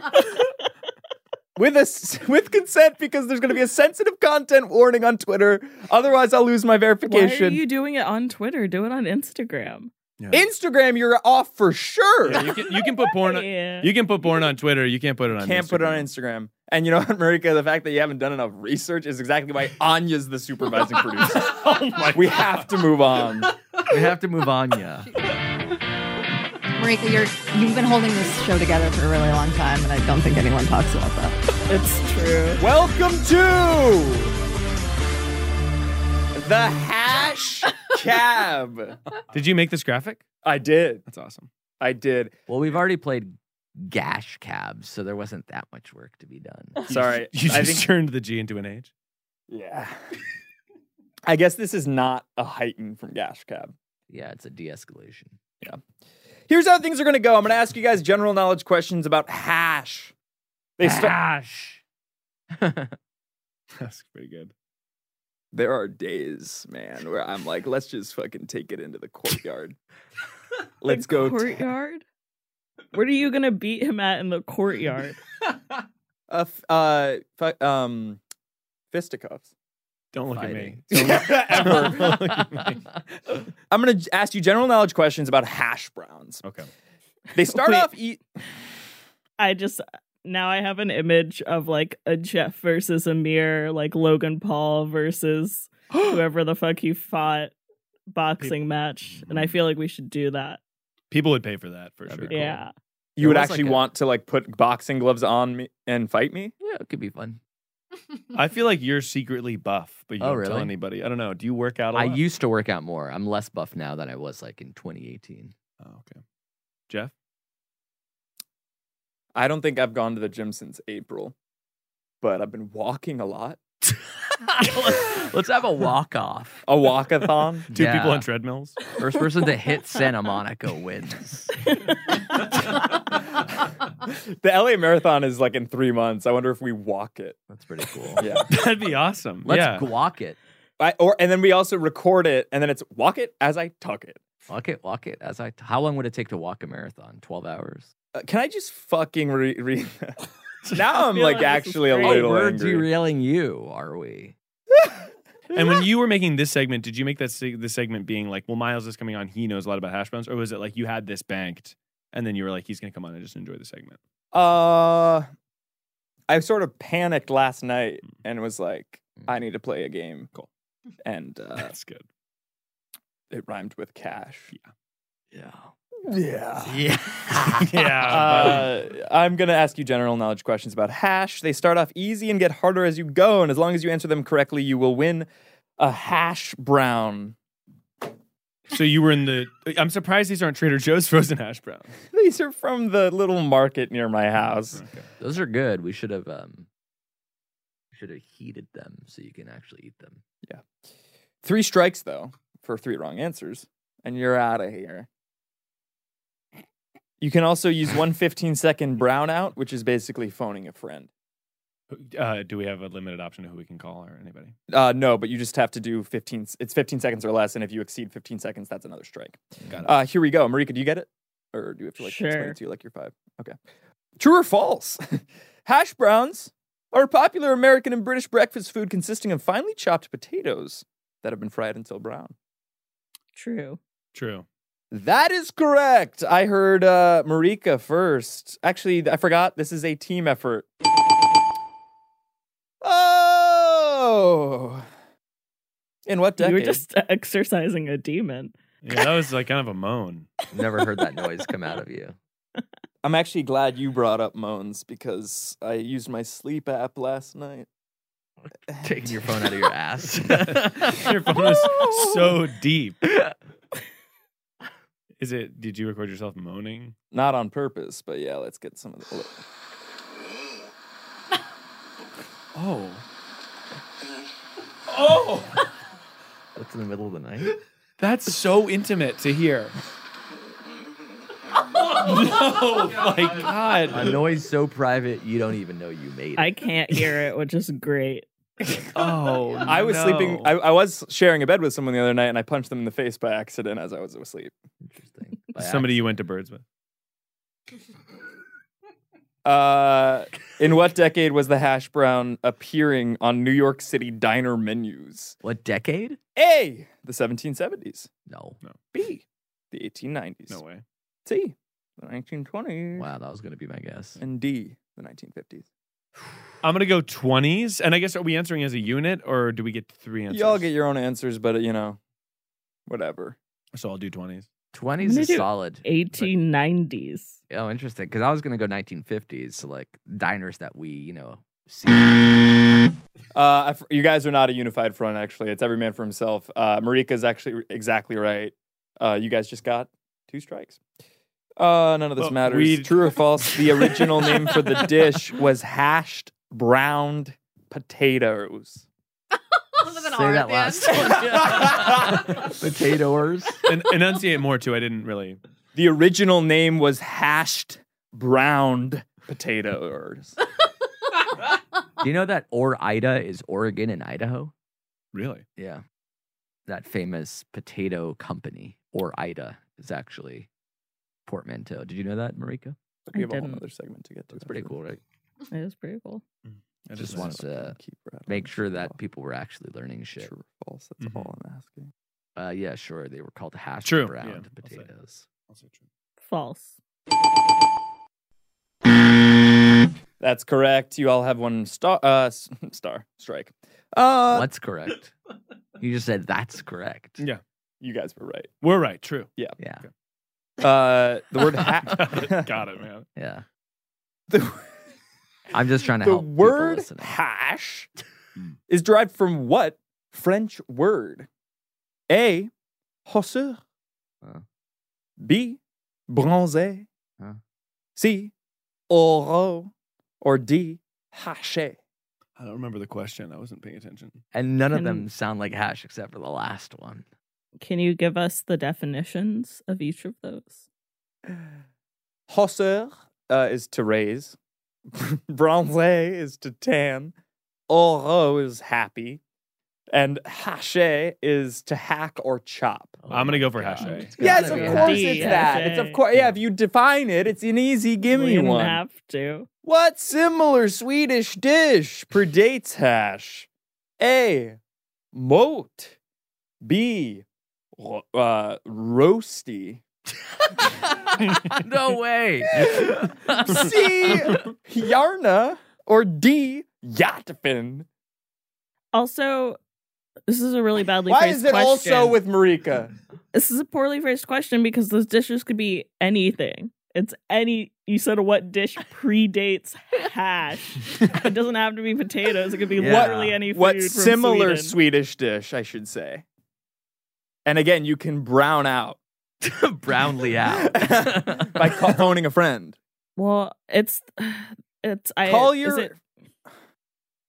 [SPEAKER 6] With a s with consent because there's going to be a sensitive content warning on Twitter. Otherwise, I'll lose my
[SPEAKER 11] Why
[SPEAKER 6] verification.
[SPEAKER 11] are you doing it on Twitter? Do it on Instagram.
[SPEAKER 6] Instagram, you're off for sure. (laughs)
[SPEAKER 9] Yeah, you can you can put porn on,
[SPEAKER 11] Yeah.
[SPEAKER 9] you can put porn on Twitter. You can't put it on.
[SPEAKER 6] Can't put it on Instagram. And you know what, (laughs) Marika? The fact that you haven't done enough research is exactly why Anya's the supervising
[SPEAKER 9] (laughs)
[SPEAKER 6] producer.
[SPEAKER 9] (laughs) oh my
[SPEAKER 6] We have to move
[SPEAKER 9] (laughs)
[SPEAKER 6] on.
[SPEAKER 10] We have to move on, yeah.
[SPEAKER 12] Marika, you're you've been holding this show together for a really long time, and I don't think anyone talks about that. (laughs)
[SPEAKER 11] It's true.
[SPEAKER 6] Welcome to the
[SPEAKER 9] (laughs)
[SPEAKER 6] hash cab.
[SPEAKER 9] Did you make this graphic?
[SPEAKER 6] I did.
[SPEAKER 9] That's awesome.
[SPEAKER 6] I did.
[SPEAKER 10] Well, we've already played gash cabs, so there wasn't that much
[SPEAKER 6] (laughs)
[SPEAKER 10] work to be done.
[SPEAKER 6] Sorry.
[SPEAKER 9] (laughs) You just
[SPEAKER 6] I think
[SPEAKER 9] turned the G into an H.
[SPEAKER 6] yeah. (laughs) I guess this is not a heighten from Gash Cab.
[SPEAKER 10] Yeah, it's a de escalation.
[SPEAKER 6] Yeah. Here's how things are going to go. I'm going to ask you guys general knowledge questions about hash. They sta-
[SPEAKER 9] Hash. (laughs) That's pretty good.
[SPEAKER 6] There are days, man, where I'm like, let's just fucking take it into the
[SPEAKER 9] (laughs)
[SPEAKER 6] courtyard. let's go. t-
[SPEAKER 11] courtyard. Where are you gonna beat him at in the courtyard?
[SPEAKER 6] uh, f- uh, fu- um,
[SPEAKER 9] (laughs)
[SPEAKER 6] fisticuffs.
[SPEAKER 9] Don't look at me. Don't look-
[SPEAKER 6] Ever.
[SPEAKER 10] (laughs)
[SPEAKER 9] Don't look at me.
[SPEAKER 6] I'm going to ask you general knowledge questions about hash browns.
[SPEAKER 9] Okay.
[SPEAKER 6] They start
[SPEAKER 11] Wait.
[SPEAKER 6] off eat.
[SPEAKER 11] I just now I have an image of like a Jeff versus Amir, like Logan Paul
[SPEAKER 6] (gasps)
[SPEAKER 11] versus whoever the fuck he fought boxing match, and I
[SPEAKER 6] Mm-hmm.
[SPEAKER 11] feel like we should do that.
[SPEAKER 9] People would pay for that for sure.
[SPEAKER 11] Yeah,
[SPEAKER 6] You
[SPEAKER 9] It
[SPEAKER 6] would
[SPEAKER 9] was
[SPEAKER 6] actually
[SPEAKER 9] like a-
[SPEAKER 6] want to like put boxing gloves on me and fight me?
[SPEAKER 10] Yeah, it could be fun.
[SPEAKER 9] I feel like you're secretly buff, but you
[SPEAKER 10] Oh,
[SPEAKER 9] don't tell
[SPEAKER 10] really?
[SPEAKER 9] anybody. I don't know. Do you work out a
[SPEAKER 10] I
[SPEAKER 9] lot?
[SPEAKER 10] used to work out more. I'm less buff now than I was like in 2018.
[SPEAKER 9] Oh, okay. Jeff?
[SPEAKER 6] I don't think I've gone to the gym since April, but I've been walking a lot.
[SPEAKER 10] Let's have a walk off.
[SPEAKER 6] A walkathon.
[SPEAKER 9] Two
[SPEAKER 10] Yeah.
[SPEAKER 9] people on treadmills? (laughs)
[SPEAKER 10] First person to hit Santa Monica wins.
[SPEAKER 6] (laughs) the LA Marathon is like in three months. I wonder if we walk it.
[SPEAKER 10] That's pretty cool.
[SPEAKER 6] Yeah.
[SPEAKER 9] That'd be awesome.
[SPEAKER 10] Let's
[SPEAKER 9] yeah.
[SPEAKER 10] guac it.
[SPEAKER 6] (laughs) I, or and then we also record it, and then it's walk it as I tuck it.
[SPEAKER 10] Walk it, walk it. As I, how long would it take to walk a marathon? 12 hours.
[SPEAKER 6] Uh, can I just fucking re- (laughs) read? that? now I'm
[SPEAKER 10] feel
[SPEAKER 6] like,
[SPEAKER 10] like this is
[SPEAKER 6] actually a
[SPEAKER 10] great. Oh,
[SPEAKER 6] little
[SPEAKER 10] we're
[SPEAKER 6] angry.
[SPEAKER 10] derailing you, are we?
[SPEAKER 9] and when you were making this segment, did you make that seg- the segment being like, well, Miles is coming on. He knows a lot about hash browns. Or was it like you had this banked and then you were like, he's going to come on and just enjoy the segment?
[SPEAKER 6] (laughs) Uh, I sort of panicked last night and was like, (laughs) I need to play a game.
[SPEAKER 9] Cool.
[SPEAKER 6] And uh,
[SPEAKER 9] (laughs) That's good.
[SPEAKER 6] it rhymed with cash.
[SPEAKER 10] Yeah.
[SPEAKER 6] Yeah.
[SPEAKER 10] Yeah.
[SPEAKER 9] yeah.
[SPEAKER 6] Uh, I'm going to ask you general knowledge questions about hash. They start off easy and get harder as you go. And as long as you answer them correctly, you will win a hash brown. (laughs)
[SPEAKER 9] so you were in the. I'm surprised these aren't Trader Joe's (laughs) frozen hash browns.
[SPEAKER 6] These are from the little market near my
[SPEAKER 9] Mm-hmm.
[SPEAKER 6] house.
[SPEAKER 10] Those are good. We should have um should have heated them so you can actually eat them.
[SPEAKER 6] Three strikes, though, for three wrong answers, and you're out of here. You can also use one 15 second brownout, which is basically phoning a friend.
[SPEAKER 9] Uh, do we have a limited option of who we can call or anybody?
[SPEAKER 6] Uh, no, but you just have to do 15, s- it's 15 seconds or less, and if you exceed 15 seconds, that's another strike.
[SPEAKER 9] Got it.
[SPEAKER 6] Uh, here we go. Marika, do you get it? Or do you have to like explain
[SPEAKER 11] Sure.
[SPEAKER 6] it to you like you're five? Okay. True or false? (laughs) Hash browns are a popular American and British breakfast food consisting of finely chopped potatoes that have been fried until brown.
[SPEAKER 11] true.
[SPEAKER 9] True.
[SPEAKER 6] That is correct. I heard uh, Marika first. Actually, I forgot. This is a team effort. Oh. In what decade?
[SPEAKER 11] You were just exercising a demon.
[SPEAKER 9] Yeah, that was like kind of a moan. (laughs)
[SPEAKER 10] Never heard that noise come out of you.
[SPEAKER 6] I'm actually glad you brought up moans because I used my sleep app last night.
[SPEAKER 10] (laughs) Taking your phone out of your ass.
[SPEAKER 9] Your phone is so deep. Is it? Did you record yourself moaning?
[SPEAKER 6] Not on purpose, but yeah, let's get some of the.
[SPEAKER 10] oh.
[SPEAKER 9] Oh,
[SPEAKER 10] That's in the middle of the night.
[SPEAKER 9] that's so intimate to (laughs) hear. no, my
[SPEAKER 10] (laughs)
[SPEAKER 9] God.
[SPEAKER 10] A noise so private you don't even know you made it.
[SPEAKER 11] I can't hear it, which is great.
[SPEAKER 9] (laughs) Oh,
[SPEAKER 6] I was sleeping. I, I was sharing a bed with someone the other night, and I punched them in the face by accident as I was asleep.
[SPEAKER 10] Interesting. By
[SPEAKER 9] Somebody you went to birds with.
[SPEAKER 6] Uh, in what decade was the hash brown appearing on New York City diner menus?
[SPEAKER 10] accident. What decade?
[SPEAKER 6] A. The 1770s.
[SPEAKER 10] No.
[SPEAKER 6] B. The 1890s.
[SPEAKER 9] No way.
[SPEAKER 6] C. The 1920s.
[SPEAKER 10] Wow, that was gonna be my guess.
[SPEAKER 6] And D. The 1950s.
[SPEAKER 9] I'm gonna go 20s, and I guess are we answering as a unit or do we get three answers?
[SPEAKER 6] Y'all get your own answers, but uh, you know, whatever.
[SPEAKER 9] So I'll do 20s.
[SPEAKER 10] Twenties
[SPEAKER 11] They
[SPEAKER 10] is
[SPEAKER 11] do-
[SPEAKER 10] solid.
[SPEAKER 11] 1890s.
[SPEAKER 10] Oh, interesting. Because I was gonna go 1950s, so like diners that we, you know,
[SPEAKER 6] (laughs)
[SPEAKER 10] see.
[SPEAKER 6] Uh, I f- you guys are not a unified front, actually. It's every man for himself. Uh, Marika's actually r- exactly right. Uh, you guys just got two strikes. Uh, none of this
[SPEAKER 9] Well,
[SPEAKER 6] matters.
[SPEAKER 9] we-
[SPEAKER 6] True or false? The original name for the dish was hashed browned potatoes.
[SPEAKER 12] with an
[SPEAKER 10] Say
[SPEAKER 12] R at
[SPEAKER 10] that last
[SPEAKER 12] the end. (laughs)
[SPEAKER 9] (laughs)
[SPEAKER 10] Potatoes.
[SPEAKER 9] enunciate more too. I didn't really.
[SPEAKER 6] The original name was hashed browned
[SPEAKER 10] (laughs)
[SPEAKER 6] potatoes.
[SPEAKER 10] Do you know that or Ida is Oregon and Idaho?
[SPEAKER 9] Really?
[SPEAKER 10] Yeah. That famous potato company, or Ida, is actually portmanteau. Did you know that, Marika?
[SPEAKER 6] We have a whole other segment to get to.
[SPEAKER 10] It's pretty cool, right?
[SPEAKER 11] It was pretty cool.
[SPEAKER 10] I just wanted to make sure that people were actually learning shit. True
[SPEAKER 6] or false? That's all I'm asking.
[SPEAKER 10] Uh, yeah, sure. They were called hash
[SPEAKER 9] True,
[SPEAKER 10] browned
[SPEAKER 9] yeah, I'll say-
[SPEAKER 10] potatoes.
[SPEAKER 11] False.
[SPEAKER 6] That's correct. You all have one star. Uh, s- (laughs) star strike. Uh,
[SPEAKER 10] What's correct? you just said that's correct.
[SPEAKER 9] Yeah.
[SPEAKER 6] You guys were right.
[SPEAKER 9] We're right. True. (laughs)
[SPEAKER 6] Yeah.
[SPEAKER 10] Yeah.
[SPEAKER 6] Uh, the word
[SPEAKER 10] (laughs)
[SPEAKER 6] ha- (laughs)
[SPEAKER 9] Got it, man.
[SPEAKER 10] Yeah. I'm just trying to
[SPEAKER 6] the
[SPEAKER 10] help.
[SPEAKER 6] word hash
[SPEAKER 10] Mm.
[SPEAKER 6] is derived from what French word? A. Hosseur. B. Bronzé.
[SPEAKER 10] Huh.
[SPEAKER 6] C. Oro. Or D. Haché.
[SPEAKER 9] I don't remember the question. I wasn't paying attention.
[SPEAKER 10] And none of
[SPEAKER 11] Can-
[SPEAKER 10] them sound like hash except for the last one.
[SPEAKER 11] Can you give us the definitions of each of those?
[SPEAKER 6] Hosseur uh, is to raise. (laughs) Bronzé is to tan. Oro is happy. And haché is to hack or chop.
[SPEAKER 9] I'm gonna go for
[SPEAKER 10] Oh
[SPEAKER 9] hashtag.
[SPEAKER 6] Yes, of
[SPEAKER 11] be
[SPEAKER 6] course
[SPEAKER 11] happy.
[SPEAKER 6] it's that. It's of course yeah. If you define it, it's an easy gimme
[SPEAKER 11] We didn't
[SPEAKER 6] one.
[SPEAKER 11] have to.
[SPEAKER 6] What similar Swedish dish predates hash? A. Moat. B. ro- Uh, roasty.
[SPEAKER 10] (laughs) no way.
[SPEAKER 6] C. Yarna. Or D. Yatfin.
[SPEAKER 11] Also, this is a really badly
[SPEAKER 6] Why
[SPEAKER 11] phrased
[SPEAKER 6] is it also
[SPEAKER 11] question. (laughs)
[SPEAKER 6] with Marika?
[SPEAKER 11] This is a poorly phrased question because those dishes could be anything. It's any. You said what
[SPEAKER 6] (laughs)
[SPEAKER 11] dish predates hash? it doesn't have to be potatoes. It could be
[SPEAKER 6] Yeah.
[SPEAKER 11] literally any food.
[SPEAKER 6] What
[SPEAKER 11] from
[SPEAKER 6] similar
[SPEAKER 11] Sweden.
[SPEAKER 6] Swedish dish, I should say. And again, you can brown out
[SPEAKER 10] (laughs) Brownly out.
[SPEAKER 6] by (laughs) ca- phoning a friend.
[SPEAKER 11] Well, it's it's I
[SPEAKER 6] Call
[SPEAKER 11] is
[SPEAKER 6] your-
[SPEAKER 11] it-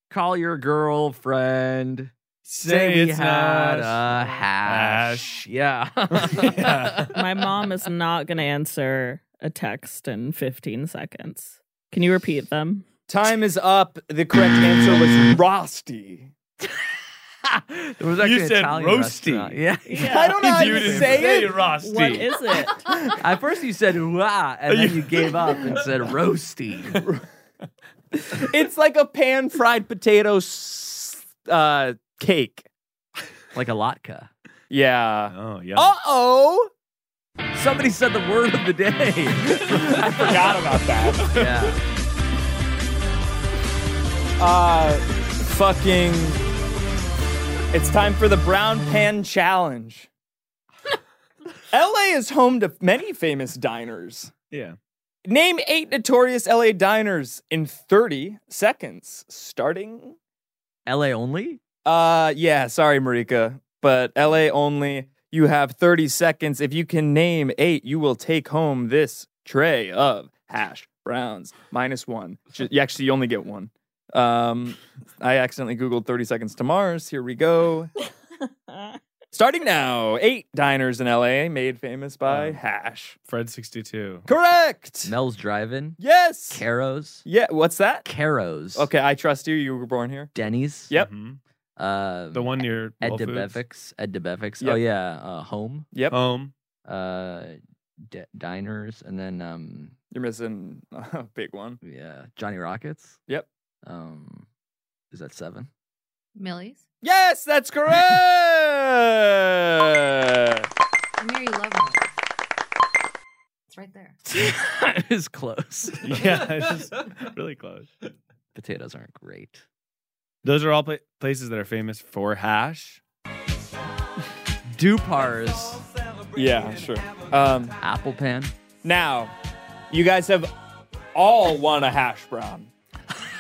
[SPEAKER 10] Call your girlfriend. Say,
[SPEAKER 9] Say
[SPEAKER 10] we
[SPEAKER 9] it's
[SPEAKER 10] had
[SPEAKER 9] not
[SPEAKER 10] a hash.
[SPEAKER 9] (laughs)
[SPEAKER 10] Yeah.
[SPEAKER 11] my mom is not going to answer a text in 15 seconds. Can you repeat them?
[SPEAKER 6] Time is up. The correct answer was Rosti.
[SPEAKER 10] There was actually
[SPEAKER 9] You
[SPEAKER 10] an
[SPEAKER 9] said
[SPEAKER 10] Italian restaurant.
[SPEAKER 9] roasty. (laughs)
[SPEAKER 6] (laughs)
[SPEAKER 10] Yeah.
[SPEAKER 6] I don't
[SPEAKER 11] Uh,
[SPEAKER 6] know how
[SPEAKER 9] You
[SPEAKER 6] you
[SPEAKER 9] didn't
[SPEAKER 6] say
[SPEAKER 9] say
[SPEAKER 6] it.
[SPEAKER 9] roasty.
[SPEAKER 11] What is it?
[SPEAKER 10] At first you said wah, and then you gave up and
[SPEAKER 9] (laughs)
[SPEAKER 10] said roasty.
[SPEAKER 6] It's like a pan fried potato s- uh, cake.
[SPEAKER 10] Like a latke.
[SPEAKER 6] Yeah.
[SPEAKER 9] Oh yeah.
[SPEAKER 6] Uh oh.
[SPEAKER 10] Somebody said the word of the day. (laughs)
[SPEAKER 6] I forgot about that.
[SPEAKER 10] yeah.
[SPEAKER 6] Uh, fucking. It's time for the Brown Pan Challenge. LA is home to many famous diners.
[SPEAKER 9] Yeah.
[SPEAKER 6] Name eight notorious LA diners in 30 seconds, starting
[SPEAKER 10] LA only?
[SPEAKER 6] Uh, yeah. Sorry, Marika, but L.A. only. You have 30 seconds. If you can name eight, you will take home this tray of hash browns minus one. Ju- You actually you only get one. Um, I accidentally googled 30 seconds to Mars. Here we go. (laughs) Starting now, eight diners in L.A. made famous by
[SPEAKER 9] Um,
[SPEAKER 6] hash.
[SPEAKER 9] Fred sixty two.
[SPEAKER 6] Correct.
[SPEAKER 10] Mel's driving.
[SPEAKER 6] Yes.
[SPEAKER 10] Caro's.
[SPEAKER 6] yeah. What's that?
[SPEAKER 10] Caro's.
[SPEAKER 6] Okay, I trust you. You were born here.
[SPEAKER 10] Denny's.
[SPEAKER 6] Yep.
[SPEAKER 9] Mm-hmm.
[SPEAKER 10] Uh,
[SPEAKER 9] The one near
[SPEAKER 10] Ed
[SPEAKER 9] Whole Foods.
[SPEAKER 10] DeBevics. Ed DeBevics.
[SPEAKER 6] Yep.
[SPEAKER 10] Oh yeah. Uh, home.
[SPEAKER 6] Yep.
[SPEAKER 9] Home. (laughs)
[SPEAKER 10] Uh, d- diners, and then um,
[SPEAKER 6] You're missing (laughs) a big one.
[SPEAKER 10] yeah, Johnny Rockets.
[SPEAKER 6] Yep.
[SPEAKER 10] Um, is that
[SPEAKER 9] (laughs)
[SPEAKER 10] seven? (laughs)
[SPEAKER 12] Millie's.
[SPEAKER 6] Yes, that's correct.
[SPEAKER 12] I'm here. You love Millie's. It's right there.
[SPEAKER 10] it was close. (laughs)
[SPEAKER 9] Yeah, it's just really close.
[SPEAKER 10] Potatoes aren't great.
[SPEAKER 9] Those are all pla- places that are famous for hash.
[SPEAKER 10] Dupars.
[SPEAKER 6] yeah, sure. Um,
[SPEAKER 10] Apple pan.
[SPEAKER 6] now, you guys have all won a hash brown.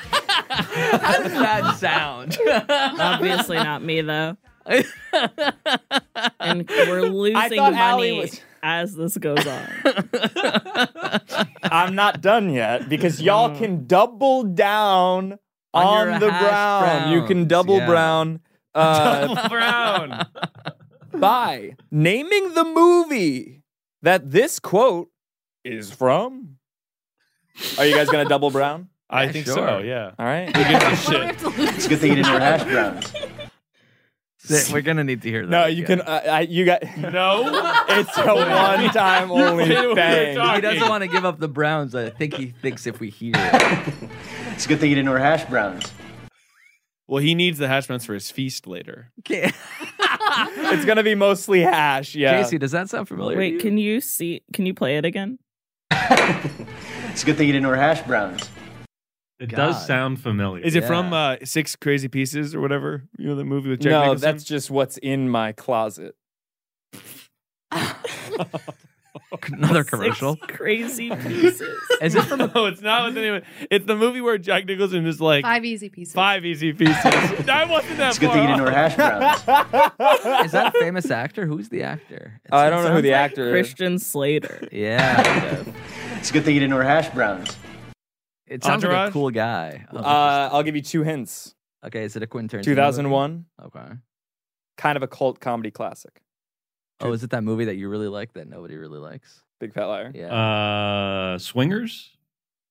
[SPEAKER 10] How does that sound?
[SPEAKER 11] (laughs) Obviously not me though. and
[SPEAKER 6] (laughs)
[SPEAKER 11] we're losing
[SPEAKER 6] thought Allie
[SPEAKER 11] money
[SPEAKER 6] was-
[SPEAKER 11] as this goes
[SPEAKER 6] (laughs)
[SPEAKER 11] on.
[SPEAKER 6] I'm not done yet
[SPEAKER 10] (laughs)
[SPEAKER 6] because y'all can double down
[SPEAKER 10] On
[SPEAKER 6] on,
[SPEAKER 10] your
[SPEAKER 6] the
[SPEAKER 10] hash
[SPEAKER 6] brown. You
[SPEAKER 10] browns,
[SPEAKER 6] can double
[SPEAKER 10] yeah.
[SPEAKER 6] brown
[SPEAKER 10] (laughs)
[SPEAKER 6] Uh,
[SPEAKER 9] (laughs) Double brown.
[SPEAKER 6] (laughs) by naming the movie that this quote is from. Are you guys gonna double brown?
[SPEAKER 9] I think so. Yeah.
[SPEAKER 6] All
[SPEAKER 10] (laughs)
[SPEAKER 6] right.
[SPEAKER 9] Who (laughs) gives a shit?
[SPEAKER 10] It's
[SPEAKER 9] a good thing you didn't wear hash
[SPEAKER 10] browns. We're gonna need to hear that.
[SPEAKER 6] No, you
[SPEAKER 10] again.
[SPEAKER 6] can. Uh, I, you
[SPEAKER 10] (laughs)
[SPEAKER 6] got.
[SPEAKER 9] No.
[SPEAKER 6] It's
[SPEAKER 9] (laughs)
[SPEAKER 6] a one-time only thing.
[SPEAKER 10] He doesn't want to give up the Browns. I think he thinks if we hear it.
[SPEAKER 15] It's a good thing you didn't wear hash browns.
[SPEAKER 9] Well, he needs the hash browns for his feast later.
[SPEAKER 10] (laughs)
[SPEAKER 6] It's gonna be mostly hash. Yeah.
[SPEAKER 10] Casey, does that sound familiar?
[SPEAKER 11] Wait, can you see? Can you play it again?
[SPEAKER 15] It's a good thing you didn't wear hash browns.
[SPEAKER 9] It
[SPEAKER 13] does sound familiar.
[SPEAKER 9] Is it from uh, Six Crazy Pieces or whatever? You know the movie with Jack
[SPEAKER 6] no,
[SPEAKER 9] Nicholson.
[SPEAKER 6] that's just what's in my closet.
[SPEAKER 10] (laughs) Another
[SPEAKER 9] (laughs)
[SPEAKER 10] commercial.
[SPEAKER 6] (laughs)
[SPEAKER 11] Crazy pieces.
[SPEAKER 10] Is it from?
[SPEAKER 9] no, it's not with anyone. It's the movie where Jack Nicholson is like
[SPEAKER 12] Five easy pieces.
[SPEAKER 9] five easy pieces. I wasn't (laughs) that.
[SPEAKER 15] It's a good thing you didn't wear hash browns.
[SPEAKER 10] Is
[SPEAKER 6] (laughs)
[SPEAKER 10] that a famous actor? Who's the actor? It
[SPEAKER 6] Oh, I don't know who
[SPEAKER 10] sounds
[SPEAKER 6] the
[SPEAKER 10] like-
[SPEAKER 6] actor is.
[SPEAKER 11] Christian Slater.
[SPEAKER 10] Yeah,
[SPEAKER 15] (laughs) It's a good thing you didn't wear hash browns.
[SPEAKER 10] it sounds like
[SPEAKER 6] Entourage?
[SPEAKER 10] a cool guy. Oh,
[SPEAKER 6] Uh, I'll give you two hints.
[SPEAKER 10] okay, is it a Quentin Tarantino? movie?
[SPEAKER 6] 2001,
[SPEAKER 10] Okay.
[SPEAKER 6] kind of a cult comedy classic.
[SPEAKER 10] Oh, is it that movie that you really like that nobody really likes?
[SPEAKER 6] Big Fat Liar.
[SPEAKER 10] Yeah.
[SPEAKER 13] Uh, swingers.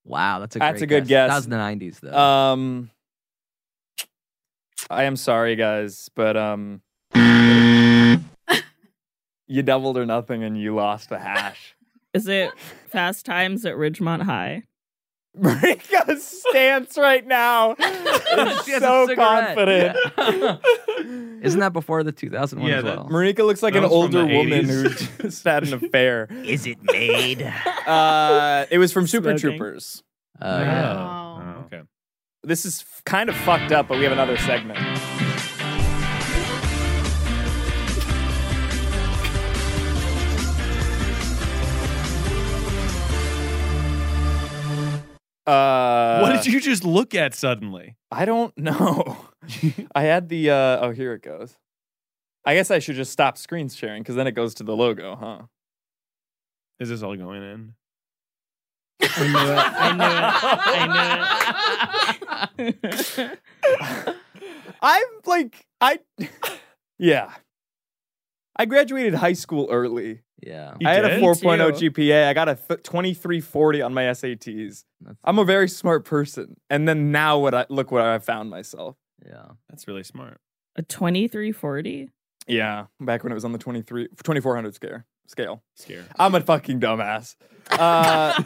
[SPEAKER 10] wow, that's a
[SPEAKER 6] That's
[SPEAKER 10] great
[SPEAKER 6] a good guess.
[SPEAKER 10] That was the '90s though.
[SPEAKER 6] Um, I am sorry, guys, but um, you doubled or nothing, and you lost the hash.
[SPEAKER 11] Is it Fast Times at Ridgemont High?
[SPEAKER 6] Marika's stance right now is
[SPEAKER 10] She has a
[SPEAKER 6] so
[SPEAKER 10] cigarette.
[SPEAKER 6] confident.
[SPEAKER 9] (laughs)
[SPEAKER 10] Isn't (laughs) that before the 2001
[SPEAKER 9] Yeah,
[SPEAKER 10] as
[SPEAKER 9] that-
[SPEAKER 10] well?
[SPEAKER 6] Marika looks like
[SPEAKER 9] That
[SPEAKER 6] an
[SPEAKER 9] was from
[SPEAKER 6] older
[SPEAKER 9] the
[SPEAKER 6] woman
[SPEAKER 9] 80s.
[SPEAKER 6] who just had an affair.
[SPEAKER 10] Is it
[SPEAKER 6] (laughs)
[SPEAKER 10] made?
[SPEAKER 6] Uh, it was from Super
[SPEAKER 11] Smoking.
[SPEAKER 6] Troopers.
[SPEAKER 10] Oh,
[SPEAKER 9] yeah.
[SPEAKER 10] yeah.
[SPEAKER 12] Oh.
[SPEAKER 9] Oh, okay.
[SPEAKER 6] This is f- kind of fucked up, but we have another segment. Uh,
[SPEAKER 9] what did you just look at suddenly?
[SPEAKER 6] I don't know. (laughs) I had the. Uh, oh, here it goes. I guess I should just stop screen sharing because then it goes to the logo, huh?
[SPEAKER 9] Is this all going in?
[SPEAKER 11] I knew it. I knew it. (laughs) I knew it.
[SPEAKER 6] (laughs) I'm like, I. (laughs) yeah. I graduated high school early.
[SPEAKER 10] Yeah.
[SPEAKER 9] You
[SPEAKER 6] I had
[SPEAKER 9] did?
[SPEAKER 6] a 4.0
[SPEAKER 11] Me
[SPEAKER 6] GPA. I got a th- 2340 on my SATs.
[SPEAKER 10] That's-
[SPEAKER 6] I'm a very smart person. And then now what I look where I found myself. (laughs)
[SPEAKER 10] Yeah.
[SPEAKER 9] That's really smart.
[SPEAKER 11] A 2340?
[SPEAKER 6] Yeah, back when it was on the 23 2400 scare, scale.
[SPEAKER 9] Scare.
[SPEAKER 6] I'm a fucking dumbass. Uh,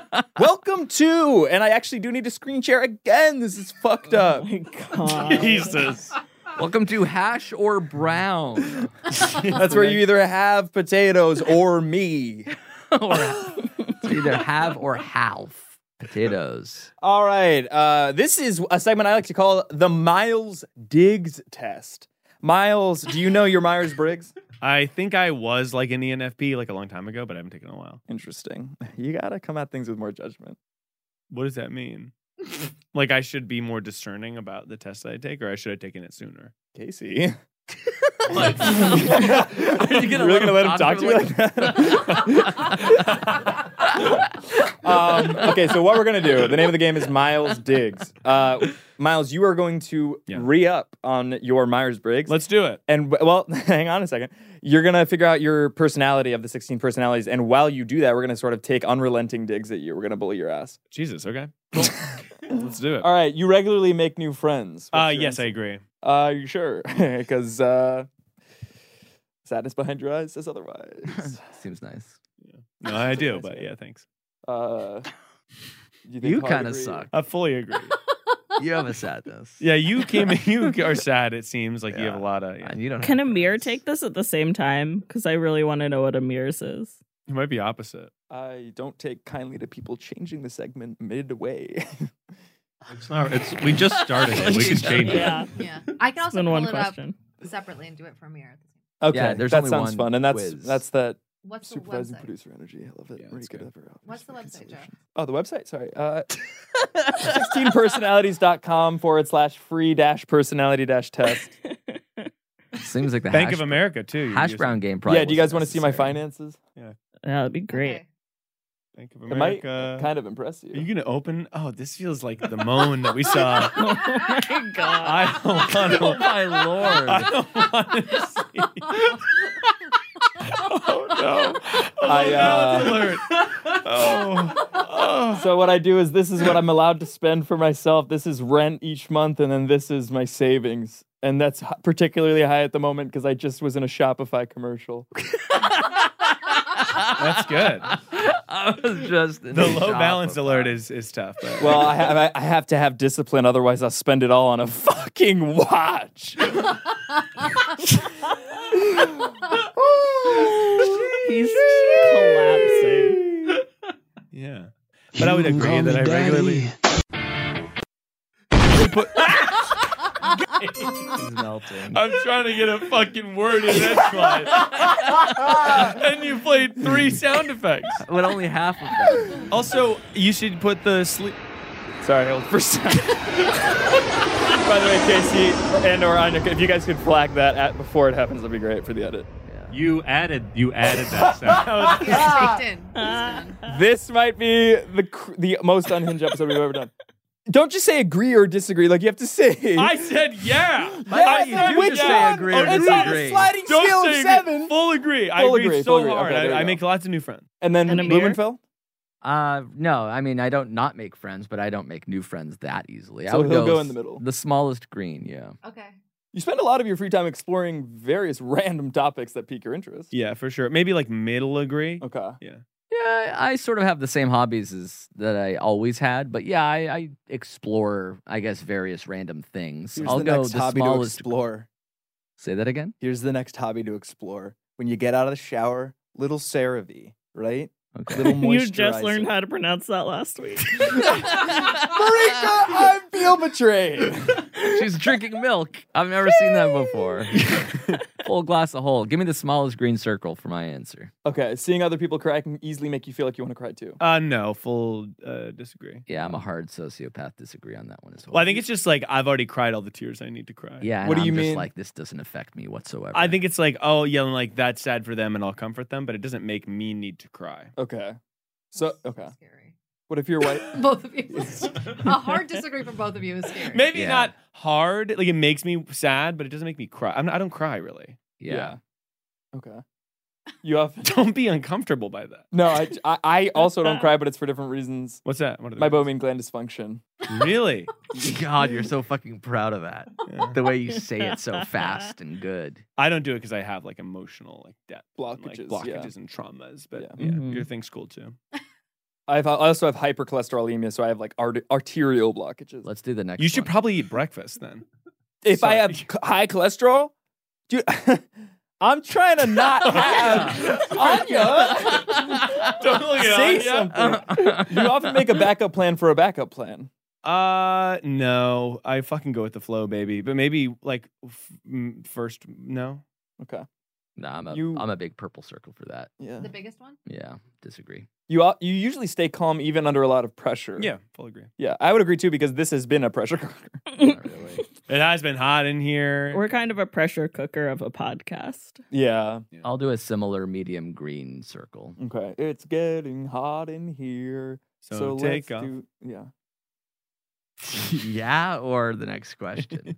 [SPEAKER 6] (laughs) welcome to, and I actually do need to screen share again. This is fucked
[SPEAKER 11] Oh
[SPEAKER 6] up.
[SPEAKER 11] my God.
[SPEAKER 9] (laughs) Jesus.
[SPEAKER 10] Welcome to Hash or
[SPEAKER 6] (laughs)
[SPEAKER 10] Brown.
[SPEAKER 6] (laughs) That's where you either have potatoes
[SPEAKER 11] (laughs)
[SPEAKER 6] or me.
[SPEAKER 10] or, it's (laughs) either have or half
[SPEAKER 6] (laughs)
[SPEAKER 10] potatoes.
[SPEAKER 6] All right. Uh, this is a segment I like to call the Miles Diggs test. Miles, do you know your Myers
[SPEAKER 11] (laughs)
[SPEAKER 6] Briggs?
[SPEAKER 9] (laughs) I think I was like an ENFP like a long time ago, but I haven't taken it in a while.
[SPEAKER 6] Interesting. You got to come at things with more judgment.
[SPEAKER 9] What does that mean? like I should be more discerning about the tests that I take, or I should have taken it sooner.
[SPEAKER 6] Casey.
[SPEAKER 11] (laughs)
[SPEAKER 10] you gonna
[SPEAKER 6] really
[SPEAKER 10] let him
[SPEAKER 6] gonna let him talk
[SPEAKER 10] talk to
[SPEAKER 6] to you
[SPEAKER 10] him
[SPEAKER 6] like (laughs)
[SPEAKER 10] (laughs)
[SPEAKER 6] that? um, okay, so what we're gonna do? The name of the game is Miles Diggs. Uh, Miles, you are going to
[SPEAKER 9] Yeah.
[SPEAKER 6] re up on your Myers Briggs.
[SPEAKER 9] Let's do it.
[SPEAKER 6] and w- well, (laughs) hang on a second. You're gonna figure out your personality of the 16 personalities, and while you do that, we're gonna sort of take unrelenting digs at you. We're gonna bully your ass.
[SPEAKER 9] Jesus. Okay. Cool. Let's do it.
[SPEAKER 6] All right, you regularly make new friends.
[SPEAKER 9] Uh, yes, I agree.
[SPEAKER 6] I. Uh, you sure? (laughs) Because uh, sadness behind your eyes says
[SPEAKER 9] (laughs)
[SPEAKER 6] otherwise.
[SPEAKER 10] Seems nice.
[SPEAKER 9] No, I do, but yeah, thanks.
[SPEAKER 10] (laughs)
[SPEAKER 6] Uh, think
[SPEAKER 10] You
[SPEAKER 6] hard
[SPEAKER 10] kind of
[SPEAKER 6] agree?
[SPEAKER 10] suck.
[SPEAKER 9] I fully agree.
[SPEAKER 10] You have a sadness.
[SPEAKER 9] Yeah, you came. You are sad. It seems like you have a
[SPEAKER 10] Yeah.
[SPEAKER 9] lot of. yeah.
[SPEAKER 10] And you don't
[SPEAKER 11] Can
[SPEAKER 10] have
[SPEAKER 11] Amir
[SPEAKER 10] friends.
[SPEAKER 11] take this at the same time? Because I really want to know what Amir's is.
[SPEAKER 9] You might be opposite.
[SPEAKER 6] I don't take kindly to people changing the segment midway.
[SPEAKER 13] It's not. It's we just
[SPEAKER 9] (laughs)
[SPEAKER 13] started. it. We can change it.
[SPEAKER 11] Yeah.
[SPEAKER 12] Yeah. I can also
[SPEAKER 11] It's been
[SPEAKER 12] pull
[SPEAKER 11] one
[SPEAKER 12] it
[SPEAKER 11] question.
[SPEAKER 12] up separately and do it from here.
[SPEAKER 6] okay,
[SPEAKER 10] there's
[SPEAKER 6] that
[SPEAKER 10] only
[SPEAKER 6] sounds
[SPEAKER 10] one
[SPEAKER 6] fun, and that's
[SPEAKER 10] quiz.
[SPEAKER 6] that's that
[SPEAKER 12] What's the
[SPEAKER 6] supervising
[SPEAKER 12] website?
[SPEAKER 6] producer energy. I love it.
[SPEAKER 9] Yeah,
[SPEAKER 6] Marie
[SPEAKER 9] that's
[SPEAKER 6] could
[SPEAKER 9] good.
[SPEAKER 6] ever-
[SPEAKER 12] What's the
[SPEAKER 6] Marie could
[SPEAKER 12] website,
[SPEAKER 6] solution.
[SPEAKER 12] Jeff?
[SPEAKER 6] Oh, the website. Sorry. Uh, 16personalities.com forward slash free dash personality dash
[SPEAKER 11] (laughs)
[SPEAKER 6] test.
[SPEAKER 10] Seems like the
[SPEAKER 9] Bank
[SPEAKER 10] hash,
[SPEAKER 9] of America too.
[SPEAKER 10] hash brown game. Probably
[SPEAKER 6] yeah, do you guys
[SPEAKER 10] wasn't
[SPEAKER 6] want to see my
[SPEAKER 10] necessary.
[SPEAKER 6] finances?
[SPEAKER 11] That'd be great.
[SPEAKER 12] Okay.
[SPEAKER 9] Bank of
[SPEAKER 6] It might
[SPEAKER 9] America.
[SPEAKER 6] kind of impress you.
[SPEAKER 9] Uh, Are you gonna open? Oh, this feels like the moan that
[SPEAKER 12] (laughs)
[SPEAKER 9] we saw. (laughs)
[SPEAKER 11] oh
[SPEAKER 10] (laughs)
[SPEAKER 11] my
[SPEAKER 6] (laughs)
[SPEAKER 11] god!
[SPEAKER 9] I don't
[SPEAKER 11] Oh
[SPEAKER 9] want to.
[SPEAKER 11] my
[SPEAKER 9] (laughs)
[SPEAKER 10] lord.
[SPEAKER 9] I don't want to see.
[SPEAKER 6] no. I,
[SPEAKER 9] Health
[SPEAKER 6] uh,
[SPEAKER 9] Oh, alert. Oh.
[SPEAKER 6] (laughs) so what I do is this is what I'm allowed to spend for myself. This is rent each month, and then this is my savings, and that's h- particularly high at the moment because I just was in a Shopify commercial.
[SPEAKER 9] That's good.
[SPEAKER 10] (laughs) I was just in
[SPEAKER 9] The
[SPEAKER 10] shock
[SPEAKER 9] low balance
[SPEAKER 10] of-
[SPEAKER 9] alert is is tough. But
[SPEAKER 6] Well, I have, I- I have to have discipline, otherwise I'll spend it all on a fucking watch.
[SPEAKER 9] (laughs)
[SPEAKER 11] He's collapsing.
[SPEAKER 9] yeah. But I would agree that I regularly (laughs) I'm trying to get a fucking word in that and you played three sound effects.
[SPEAKER 10] But only half of
[SPEAKER 6] (laughs)
[SPEAKER 10] that.
[SPEAKER 9] Also, you should put the sleep.
[SPEAKER 6] Sorry, hold for a second. By the way, Casey and or Anya, if you guys could flag that at before it happens, that'd be great for the edit.
[SPEAKER 13] You added you added that
[SPEAKER 9] (laughs)
[SPEAKER 13] sound.
[SPEAKER 12] It's baked in.
[SPEAKER 6] this might be the cr- the most unhinged episode we've ever done. Don't just say agree or disagree. Like you have to say.
[SPEAKER 9] I said yeah.
[SPEAKER 6] (laughs) Yeah, I said
[SPEAKER 9] you
[SPEAKER 6] which
[SPEAKER 9] just
[SPEAKER 6] one? It's on a sliding
[SPEAKER 9] Don't
[SPEAKER 6] scale of
[SPEAKER 9] say agree.
[SPEAKER 6] seven.
[SPEAKER 9] Full agree. I
[SPEAKER 6] Full
[SPEAKER 9] agree,
[SPEAKER 6] agree,
[SPEAKER 9] so
[SPEAKER 6] full agree.
[SPEAKER 9] hard.
[SPEAKER 6] Okay, there
[SPEAKER 9] I,
[SPEAKER 6] you
[SPEAKER 9] I
[SPEAKER 6] go.
[SPEAKER 9] make lots of new friends.
[SPEAKER 6] And then
[SPEAKER 11] And a mirror?
[SPEAKER 6] Blumenfeld.
[SPEAKER 10] Uh, no, I mean I don't not make friends, but I don't make new friends that easily. I
[SPEAKER 6] So
[SPEAKER 10] would
[SPEAKER 6] he'll go
[SPEAKER 10] s-
[SPEAKER 6] in the middle.
[SPEAKER 10] the smallest green. Yeah,
[SPEAKER 12] Okay.
[SPEAKER 6] You spend a lot of your free time exploring various random topics that pique your interest.
[SPEAKER 9] Yeah, for sure. Maybe like middle agree.
[SPEAKER 6] Okay.
[SPEAKER 9] Yeah.
[SPEAKER 10] yeah. I, I sort of have the same hobbies as that I always had, but yeah, I, I explore, I guess, various random things.
[SPEAKER 6] Here's
[SPEAKER 10] I'll
[SPEAKER 6] the
[SPEAKER 10] go
[SPEAKER 6] next
[SPEAKER 10] the
[SPEAKER 6] hobby to
[SPEAKER 10] smallest.
[SPEAKER 6] explore.
[SPEAKER 10] Say that again.
[SPEAKER 6] Here's the next hobby to explore. When you get out of the shower, little CeraVe, right?
[SPEAKER 10] Okay.
[SPEAKER 6] Little
[SPEAKER 11] (laughs) You just
[SPEAKER 6] moisturizer.
[SPEAKER 11] learned how to pronounce that last week.
[SPEAKER 6] (laughs) Marika, I feel betrayed.
[SPEAKER 11] (laughs)
[SPEAKER 10] (laughs) She's drinking milk. I've never seen that before. (laughs)
[SPEAKER 6] (laughs)
[SPEAKER 10] Full glass of whole. Give me the smallest green circle for my answer.
[SPEAKER 6] Okay, seeing other people cry can easily make you feel like you want to cry too.
[SPEAKER 9] Uh, no, full uh, disagree.
[SPEAKER 10] Yeah, I'm a hard sociopath. Disagree on that one as well.
[SPEAKER 9] Well, I think it's just like I've already cried all the tears I need to cry.
[SPEAKER 10] yeah. and
[SPEAKER 6] What do you
[SPEAKER 10] I'm
[SPEAKER 6] mean?
[SPEAKER 10] Just like this doesn't affect me whatsoever.
[SPEAKER 9] I think it's like, oh, yeah, and like that's sad for them and I'll comfort them, but it doesn't make me need to cry.
[SPEAKER 6] Okay, so okay,
[SPEAKER 12] Scary.
[SPEAKER 6] what if
[SPEAKER 11] (laughs)
[SPEAKER 6] your wife?
[SPEAKER 12] Both of you. (laughs) (laughs) A hard disagree from both of you is scary.
[SPEAKER 9] Maybe
[SPEAKER 10] Yeah.
[SPEAKER 9] not hard. Like it makes me sad, but it doesn't make me cry. I'm not, I don't cry really. (laughs)
[SPEAKER 10] Yeah.
[SPEAKER 6] Okay, you often.
[SPEAKER 9] Don't be uncomfortable by that.
[SPEAKER 6] (laughs) No, I, I, I also don't cry, but it's for different reasons.
[SPEAKER 9] What's that? What are the
[SPEAKER 6] My Bowman gland dysfunction. (laughs)
[SPEAKER 9] Really?
[SPEAKER 10] (laughs) (laughs) God, you're so fucking proud of that. The way you say it so fast and good.
[SPEAKER 9] (laughs) I don't do it because I have like emotional like depth, and, like,
[SPEAKER 6] Blockages, yeah.
[SPEAKER 9] blockages and traumas. But
[SPEAKER 6] Yeah.
[SPEAKER 9] yeah,
[SPEAKER 11] Mhm.
[SPEAKER 9] your thing's cool too.
[SPEAKER 6] I've, I also have hypercholesterolemia, so I have like art- arterial blockages.
[SPEAKER 10] Let's do the next.
[SPEAKER 9] you should
[SPEAKER 10] one.
[SPEAKER 9] probably eat breakfast then.
[SPEAKER 6] if I have c- high cholesterol, dude, (laughs) I'm trying to
[SPEAKER 9] (laughs)
[SPEAKER 6] not have (laughs) Anya.
[SPEAKER 9] Don't look at
[SPEAKER 6] Say
[SPEAKER 9] Anya.
[SPEAKER 6] something. You often make a backup plan for a backup plan.
[SPEAKER 9] Uh, no, I fucking go with the flow, baby. But maybe like f- m- first, no.
[SPEAKER 6] Okay.
[SPEAKER 10] (laughs) Nah, I'm a
[SPEAKER 6] You-
[SPEAKER 10] am a big purple circle for that.
[SPEAKER 6] Yeah.
[SPEAKER 12] The biggest one?
[SPEAKER 10] Yeah,
[SPEAKER 9] (laughs)
[SPEAKER 10] disagree.
[SPEAKER 6] You al- you usually stay calm even under a lot of pressure.
[SPEAKER 9] Yeah, full agree.
[SPEAKER 6] Yeah, I would agree too because this has been a pressure (laughs) cooker.
[SPEAKER 10] Not really.
[SPEAKER 9] It has been hot in here.
[SPEAKER 11] We're kind of a pressure cooker of a podcast. (laughs)
[SPEAKER 6] Yeah.
[SPEAKER 10] I'll do a similar medium green circle.
[SPEAKER 6] Okay. It's getting hot in here.
[SPEAKER 9] so,
[SPEAKER 6] So, let's
[SPEAKER 9] take off.
[SPEAKER 6] do yeah.
[SPEAKER 10] (laughs) yeah, or the next question.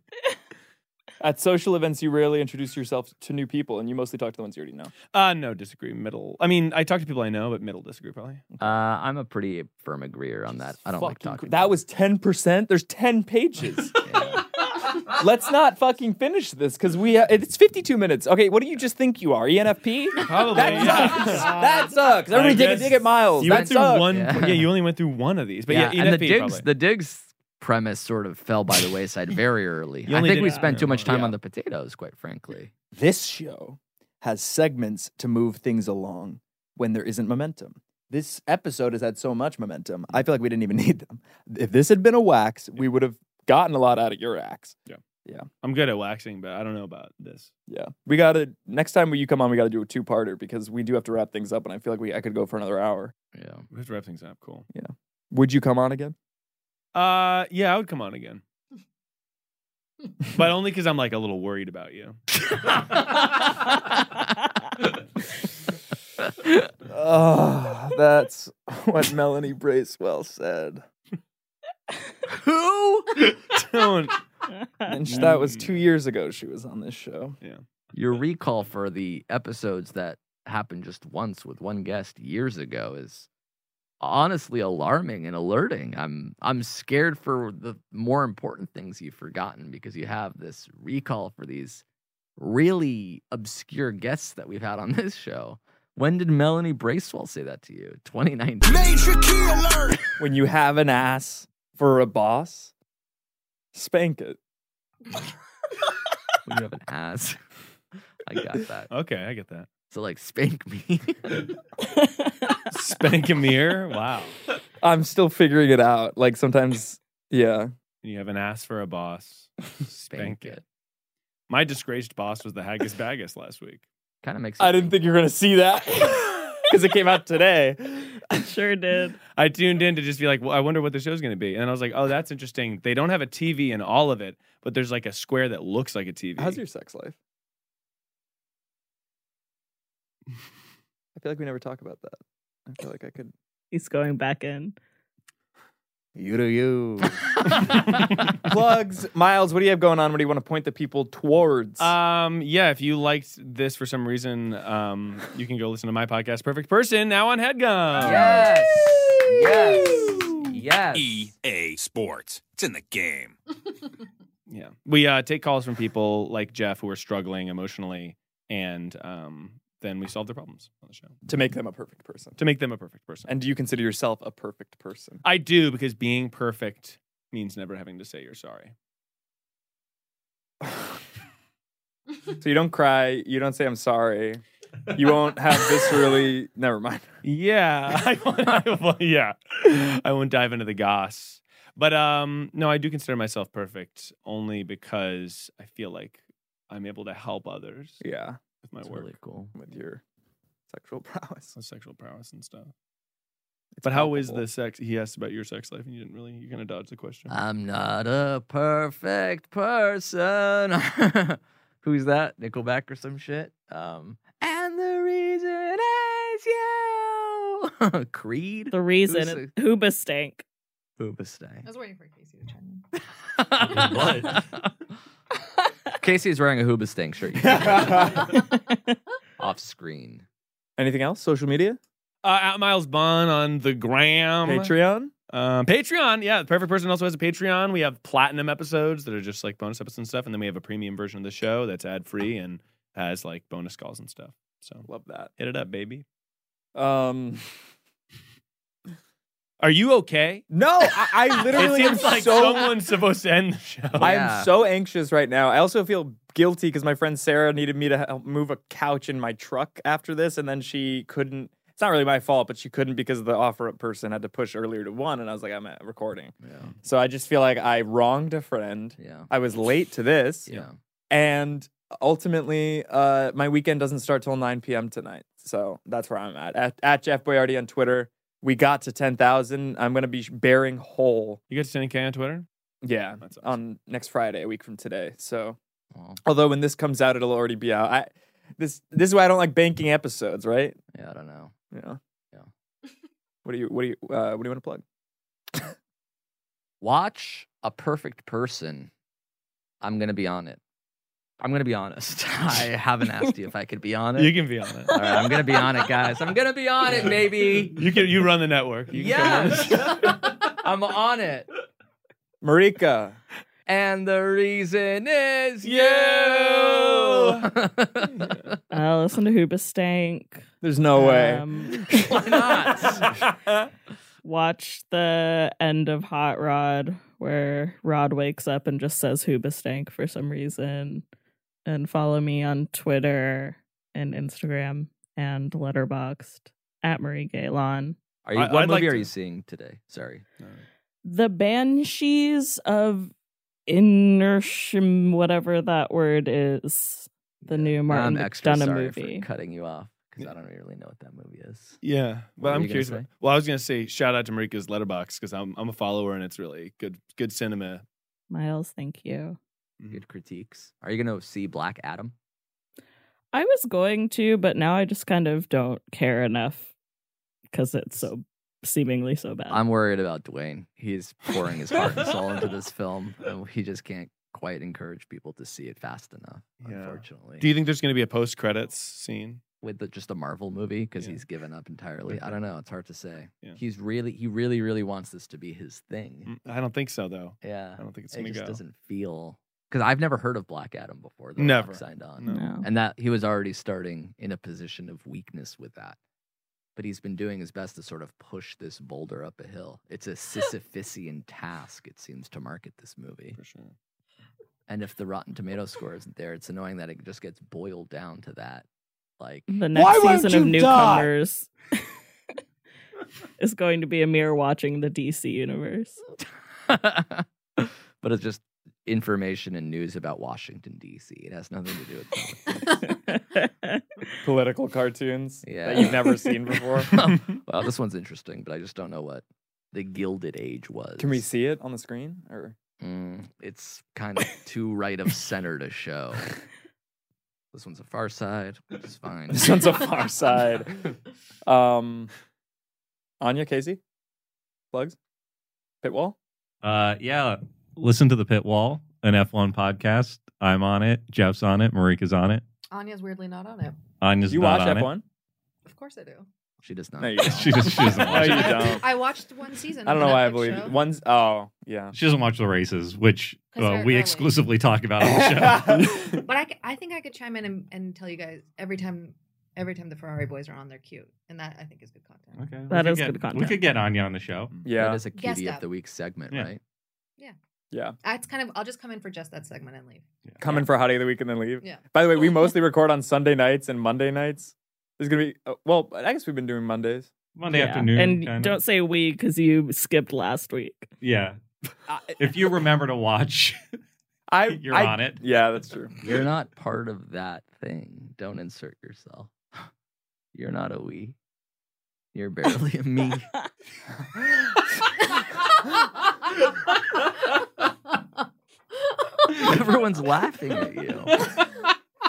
[SPEAKER 6] At social events you rarely introduce yourself to new people and you mostly talk to the ones you already know.
[SPEAKER 9] Uh, no, disagree. Middle. I mean, I talk to people I know, but middle
[SPEAKER 6] (laughs)
[SPEAKER 9] disagree probably.
[SPEAKER 10] (laughs) uh, I'm a pretty firm agreer on that. I don't like
[SPEAKER 6] Fucking cr-
[SPEAKER 10] talking.
[SPEAKER 6] That was 10%. There's 10 pages. (laughs)
[SPEAKER 9] (laughs)
[SPEAKER 12] (laughs)
[SPEAKER 6] Let's not fucking finish this because we ha- it's 52 minutes. Okay, what do you just think you are? E ENFP?
[SPEAKER 9] Probably.
[SPEAKER 6] That
[SPEAKER 9] yeah. (laughs)
[SPEAKER 6] sucks. that sucks. Everybody
[SPEAKER 9] I
[SPEAKER 6] dig a
[SPEAKER 9] guess
[SPEAKER 6] dig at Miles.
[SPEAKER 9] You
[SPEAKER 6] that
[SPEAKER 9] went through
[SPEAKER 6] sucks.
[SPEAKER 9] one.
[SPEAKER 10] Yeah.
[SPEAKER 9] (laughs) Yeah. you only went through one of these. But yeah,
[SPEAKER 10] and the
[SPEAKER 9] ENFP
[SPEAKER 10] digs,
[SPEAKER 9] probably.
[SPEAKER 10] the digs premise sort of fell by the
[SPEAKER 9] (laughs)
[SPEAKER 10] wayside very early.
[SPEAKER 9] You
[SPEAKER 10] I
[SPEAKER 9] only
[SPEAKER 10] think
[SPEAKER 9] did
[SPEAKER 10] we
[SPEAKER 9] it
[SPEAKER 10] spent
[SPEAKER 9] on
[SPEAKER 10] too
[SPEAKER 9] your
[SPEAKER 10] much
[SPEAKER 9] own.
[SPEAKER 10] time
[SPEAKER 9] Yeah.
[SPEAKER 10] on the potatoes,
[SPEAKER 9] (laughs)
[SPEAKER 10] quite frankly. (laughs)
[SPEAKER 6] This show has segments to move things along when there isn't momentum. This episode has had so much momentum. I feel like we didn't even (laughs) need them. If this had been a wax, we would have gotten a lot out of your axe.
[SPEAKER 9] I'm good at waxing, but I don't know about this.
[SPEAKER 6] Yeah. We got to, next time when you come on, we got to do a two parter because we do have to wrap things up. And I feel like we I could go for another hour.
[SPEAKER 10] Yeah.
[SPEAKER 9] We have to wrap things up. Cool.
[SPEAKER 6] Would you come on again?
[SPEAKER 9] Uh, yeah, I would come on again, but only because I'm like a little worried about you. (laughs)
[SPEAKER 6] Oh, that's (laughs) what Melanie Bracewell said.
[SPEAKER 10] Who?
[SPEAKER 9] Oh,
[SPEAKER 6] Don't. And sh- that was two years ago she was on this show.
[SPEAKER 9] Yeah.
[SPEAKER 10] Your recall for the episodes that happened just once with one guest years ago is honestly alarming and alerting. I'm I'm scared for the more important things you've forgotten because you have this recall for these really obscure guests that we've had on (laughs) this show. When did Melanie Bracewell say that to you? 2019.
[SPEAKER 6] Major key alert! when you have an ass for a boss, spank it.
[SPEAKER 10] when you have an ass. (laughs) I got that.
[SPEAKER 9] Okay, I get that.
[SPEAKER 10] So like spank
[SPEAKER 9] (laughs)
[SPEAKER 10] me.
[SPEAKER 9] Spank a mirror? Wow.
[SPEAKER 6] I'm still figuring it out. Like sometimes, yeah.
[SPEAKER 9] You have an ass for a boss. Spank it. My disgraced boss was the Haggis Bagus last week.
[SPEAKER 10] Kind of makes
[SPEAKER 6] I didn't think you were gonna see (laughs) that because it came out today.
[SPEAKER 11] sure did.
[SPEAKER 9] I tuned in to just be like, well, I wonder what the show's going to be. And I was like, oh, that's interesting. They don't have a TV in all of it, but there's like a square that looks like a TV.
[SPEAKER 6] How's your sex life? I feel like we never talk about that. I feel like I
[SPEAKER 9] (laughs)
[SPEAKER 6] could.
[SPEAKER 11] He's going back in.
[SPEAKER 6] You do
[SPEAKER 10] (laughs)
[SPEAKER 6] you. Plugs. Miles, what do you have going on? What do you want to point the people towards?
[SPEAKER 9] Um, yeah, if you liked this for some reason, um, you can go listen to my podcast, Perfect Person, now on HeadGum.
[SPEAKER 10] Yes. Yes. Yes.
[SPEAKER 5] E.
[SPEAKER 16] EA E Sports. It's in the game.
[SPEAKER 9] Yeah. We uh, take calls from people like Jeff who are struggling emotionally, and um, then we solve their problems on the show
[SPEAKER 6] to make them a perfect person.
[SPEAKER 9] to make them a perfect person.
[SPEAKER 6] And do you consider yourself a perfect
[SPEAKER 9] (laughs)
[SPEAKER 6] person?
[SPEAKER 9] I do because being perfect means never having to say you're sorry.
[SPEAKER 6] So you don't cry. You don't say I'm sorry. You won't have this
[SPEAKER 9] (laughs)
[SPEAKER 6] really. Never mind.
[SPEAKER 9] Yeah, (laughs) I won't, I won't- yeah, I won't dive into the goss. But um, no, I do consider myself perfect only because I feel like I'm able to help others
[SPEAKER 6] Yeah,
[SPEAKER 9] with my
[SPEAKER 10] That's
[SPEAKER 9] work,
[SPEAKER 10] really cool.
[SPEAKER 6] with your sexual prowess.
[SPEAKER 9] with sexual prowess and stuff.
[SPEAKER 6] It's
[SPEAKER 9] but how is
[SPEAKER 6] palpable.
[SPEAKER 9] the sex? He asked about your sex life, and you didn't really. You kind of dodged the question.
[SPEAKER 10] I'm not a perfect person. (laughs) Who's that? Nickelback or some shit? Um, and the reason is you. (laughs) Creed.
[SPEAKER 11] The reason Hooba stank.
[SPEAKER 10] Booba Stank.
[SPEAKER 12] was waiting for Casey to chime
[SPEAKER 10] (laughs) Casey is wearing a Hooba Stank shirt.
[SPEAKER 6] (laughs)
[SPEAKER 9] (laughs)
[SPEAKER 10] Off screen.
[SPEAKER 6] Anything else? Social media?
[SPEAKER 9] Uh, at Miles Bond on the gram,
[SPEAKER 6] Patreon?
[SPEAKER 9] Um, Patreon, yeah. The Perfect Person also has a Patreon. We have platinum episodes that are just like bonus episodes and stuff, and then we have a premium version of the show that's ad free and has like bonus calls and stuff. So
[SPEAKER 6] Love that.
[SPEAKER 9] hit it up, baby.
[SPEAKER 6] Um,
[SPEAKER 9] Are you okay?
[SPEAKER 6] no, I, I
[SPEAKER 9] (laughs) It
[SPEAKER 6] literally am
[SPEAKER 9] seems like
[SPEAKER 6] so
[SPEAKER 9] someone's supposed to end the show.
[SPEAKER 6] I
[SPEAKER 10] Yeah.
[SPEAKER 6] am so anxious right now. I also feel guilty because my friend Sarah needed me to help move a couch in my truck after this, and then she couldn't. It's not really my fault, but she couldn't because the offer up person had to push earlier to one, and I was like, I'm at recording.
[SPEAKER 10] Yeah.
[SPEAKER 6] So I just feel like I wronged a friend.
[SPEAKER 10] Yeah.
[SPEAKER 6] I was late to this,
[SPEAKER 10] Yeah.
[SPEAKER 6] and ultimately, uh, my weekend doesn't start till 9 p.m. tonight. So that's where I'm at. At, at Jeff Boyardi on Twitter. We got to 10,000. I'm going to be bearing whole.
[SPEAKER 9] you got to 10K on Twitter?
[SPEAKER 6] Yeah,
[SPEAKER 9] That's awesome.
[SPEAKER 6] on next Friday, a week from today. So
[SPEAKER 10] Well,
[SPEAKER 6] Although when this comes out, it'll already be out. I this this is why I don't like banking episodes, right?
[SPEAKER 10] yeah, I don't know.
[SPEAKER 6] Yeah.
[SPEAKER 10] Yeah.
[SPEAKER 6] What do you what do you uh, what do you want to plug?
[SPEAKER 10] Watch a perfect person. I'm gonna be on it. I'm gonna be honest. (laughs) I haven't asked you if I could be on it.
[SPEAKER 9] You can be on it.
[SPEAKER 10] All right, I'm gonna be on it, guys. I'm gonna be on it, baby.
[SPEAKER 9] You can. You run the network. You can come on.
[SPEAKER 10] Yes, (laughs) I'm on it.
[SPEAKER 6] Marika.
[SPEAKER 10] And the reason is you.
[SPEAKER 11] Uh, listen to Hooba stank.
[SPEAKER 6] There's no way.
[SPEAKER 11] Um,
[SPEAKER 10] Why not?
[SPEAKER 11] watch the end of Hot Rod where Rod wakes up and just says Hooba stank for some reason. And follow me on Twitter and Instagram and Letterboxed at Marie Galon.
[SPEAKER 10] Are you,
[SPEAKER 9] I-
[SPEAKER 10] what
[SPEAKER 9] I'd like
[SPEAKER 10] movie are
[SPEAKER 9] to-
[SPEAKER 10] you seeing today? Sorry.
[SPEAKER 11] the banshees of inertium whatever that word is the new
[SPEAKER 10] Now
[SPEAKER 11] martin
[SPEAKER 10] I'm extra
[SPEAKER 11] mcdonough
[SPEAKER 10] sorry
[SPEAKER 11] movie
[SPEAKER 10] for cutting you off because I don't really know what that movie is.
[SPEAKER 9] Yeah, but
[SPEAKER 10] What were
[SPEAKER 9] I'm
[SPEAKER 10] you gonna
[SPEAKER 9] curious.
[SPEAKER 10] say?
[SPEAKER 9] About, well, I was gonna say shout out to Marika's Letterbox because I'm I'm a follower and it's really good good cinema.
[SPEAKER 11] miles thank you
[SPEAKER 10] Good critiques. Are you going to see Black Adam?
[SPEAKER 11] i was going to but now i just kind of don't care enough because it's so seemingly so
[SPEAKER 9] Uh,
[SPEAKER 11] bad.
[SPEAKER 10] I'm worried about Dwayne. He's pouring his heart and soul
[SPEAKER 9] (laughs)
[SPEAKER 10] into this film, and he just can't quite encourage people to see it fast enough. Unfortunately,
[SPEAKER 9] Do you think there's going to be a post credits scene?
[SPEAKER 10] with the, just a Marvel movie because he's given up entirely. I
[SPEAKER 9] Okay.
[SPEAKER 10] don't know. It's hard to say.
[SPEAKER 9] Yeah. Mm.
[SPEAKER 10] He's really, he really, really wants this to be his thing.
[SPEAKER 9] I don't think so, though.
[SPEAKER 10] Yeah,
[SPEAKER 9] I don't think it's
[SPEAKER 10] it
[SPEAKER 9] going to
[SPEAKER 10] just
[SPEAKER 9] go.
[SPEAKER 10] doesn't feel because I've never heard of Black Adam before. that
[SPEAKER 9] Never.
[SPEAKER 10] Rock signed on,
[SPEAKER 9] No. No.
[SPEAKER 10] and that he was already starting in a position of weakness with that. But he's been doing his best to sort of push this boulder up a hill. It's a Sisyphusian task, it seems, to market this movie. For
[SPEAKER 9] sure.
[SPEAKER 10] And if the Rotten Tomato score isn't there, it's annoying that it just gets boiled down to that. Like
[SPEAKER 11] The next season of Newcomers is going to be a mere watching the
[SPEAKER 13] (laughs)
[SPEAKER 11] DC universe. (laughs)
[SPEAKER 6] Mm-hmm.
[SPEAKER 10] (laughs) but it's just information and news about Washington D.C. It has nothing to do with
[SPEAKER 6] (laughs) Political cartoons (laughs)
[SPEAKER 10] yeah.
[SPEAKER 6] that you've never
[SPEAKER 10] (laughs)
[SPEAKER 6] seen before. (laughs)
[SPEAKER 10] well, this one's interesting, but I just don't know what the Gilded Age was.
[SPEAKER 6] Can we see it on the screen? Or
[SPEAKER 10] Mm, it's kind of too right of center to show. This one's a Far Side, which is
[SPEAKER 6] (laughs)
[SPEAKER 10] fine.
[SPEAKER 6] this one's a Far Side. (laughs) Um, Anya Casey, plugs, pit wall.
[SPEAKER 13] Uh, yeah. Listen to the Pit Wall, an F1 podcast. I'm on it. Jeff's on it. Marika's on it.
[SPEAKER 12] Anya's weirdly not on it.
[SPEAKER 13] Anya's
[SPEAKER 6] You
[SPEAKER 13] not
[SPEAKER 6] watch
[SPEAKER 13] on it.
[SPEAKER 6] F1?
[SPEAKER 12] Of course I do.
[SPEAKER 10] (laughs) She does not.
[SPEAKER 6] No,
[SPEAKER 10] (laughs)
[SPEAKER 6] you don't.
[SPEAKER 13] (laughs) She does- she doesn't watch
[SPEAKER 6] no,
[SPEAKER 13] it.
[SPEAKER 6] you (laughs) don't.
[SPEAKER 12] I watched one season.
[SPEAKER 6] Um, I don't
[SPEAKER 12] of
[SPEAKER 6] know
[SPEAKER 12] the
[SPEAKER 6] why I
[SPEAKER 12] Netflix
[SPEAKER 6] believe
[SPEAKER 12] show.
[SPEAKER 6] it. One's oh yeah.
[SPEAKER 13] She doesn't watch the races, which
[SPEAKER 12] 'Cause
[SPEAKER 13] uh,
[SPEAKER 12] they're
[SPEAKER 13] we
[SPEAKER 12] early.
[SPEAKER 13] exclusively talk about on the show.
[SPEAKER 12] But I, c- I think I could chime in and, and tell you guys every time every time the Ferrari boys are on, they're cute, and that I think is good content.
[SPEAKER 13] okay, we
[SPEAKER 11] That
[SPEAKER 13] could
[SPEAKER 11] is
[SPEAKER 13] get-
[SPEAKER 11] good
[SPEAKER 13] We
[SPEAKER 11] content.
[SPEAKER 13] could get Anya on the show.
[SPEAKER 6] (laughs) Yeah.
[SPEAKER 10] That is a
[SPEAKER 12] Guest
[SPEAKER 10] cutie of
[SPEAKER 12] up.
[SPEAKER 10] the week segment,
[SPEAKER 13] Yeah.
[SPEAKER 10] right?
[SPEAKER 6] Yeah.
[SPEAKER 12] That's kind of I'll just come in for just that segment and leave.
[SPEAKER 6] Come in for a hot day of the week and then leave. (laughs)
[SPEAKER 12] Yeah.
[SPEAKER 6] By the way, we mostly record on Sunday nights and Monday nights. There's gonna be uh, well, I guess we've been doing Mondays.
[SPEAKER 13] Monday
[SPEAKER 11] Yeah.
[SPEAKER 13] afternoon.
[SPEAKER 11] And
[SPEAKER 13] kinda.
[SPEAKER 11] don't say we because you skipped last week.
[SPEAKER 13] Yeah. if you remember to watch,
[SPEAKER 6] I
[SPEAKER 13] (laughs) you're
[SPEAKER 6] I-
[SPEAKER 13] on it.
[SPEAKER 6] Yeah, that's true.
[SPEAKER 10] You're not part of that thing. Don't insert yourself. (laughs) You're not a we. You're barely
[SPEAKER 6] (laughs)
[SPEAKER 10] a me. Everyone's laughing at you.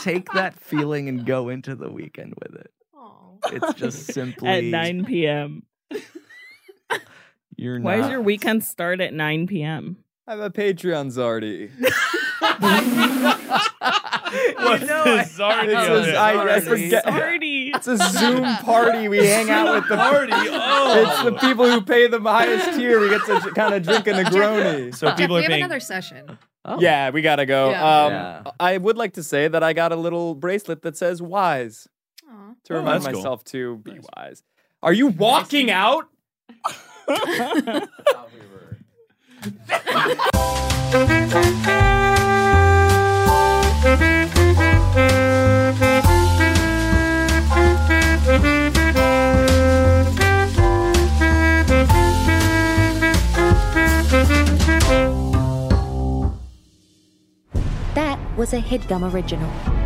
[SPEAKER 10] Take that feeling and go into the weekend with it. It's just simply
[SPEAKER 11] At 9 p.m.
[SPEAKER 10] you're
[SPEAKER 11] Why
[SPEAKER 10] not.
[SPEAKER 11] does your weekend start at 9 p.m.?
[SPEAKER 6] I have a Patreon
[SPEAKER 9] (laughs)
[SPEAKER 6] Zardy.
[SPEAKER 11] What's
[SPEAKER 6] know I
[SPEAKER 11] this Zardy
[SPEAKER 6] It's
[SPEAKER 11] on
[SPEAKER 6] a-
[SPEAKER 11] it?
[SPEAKER 6] I- I
[SPEAKER 11] Zardy.
[SPEAKER 6] (laughs) forget-
[SPEAKER 11] Zardy.
[SPEAKER 6] It's a Zoom party. We hang out with the
[SPEAKER 9] party. oh.
[SPEAKER 6] It's the people who pay the highest tier. We get to kind of drink a Negroni.
[SPEAKER 9] So
[SPEAKER 10] (laughs)
[SPEAKER 12] Jeff, we have another session.
[SPEAKER 10] Oh.
[SPEAKER 6] Yeah, we gotta go.
[SPEAKER 12] Yeah.
[SPEAKER 6] Um,
[SPEAKER 10] Yeah.
[SPEAKER 6] I would like to say that I got a little bracelet that says "wise" to
[SPEAKER 9] Oh,
[SPEAKER 6] remind
[SPEAKER 9] that's cool.
[SPEAKER 6] myself to be wise. Are you walking out?
[SPEAKER 1] That was a headgum original.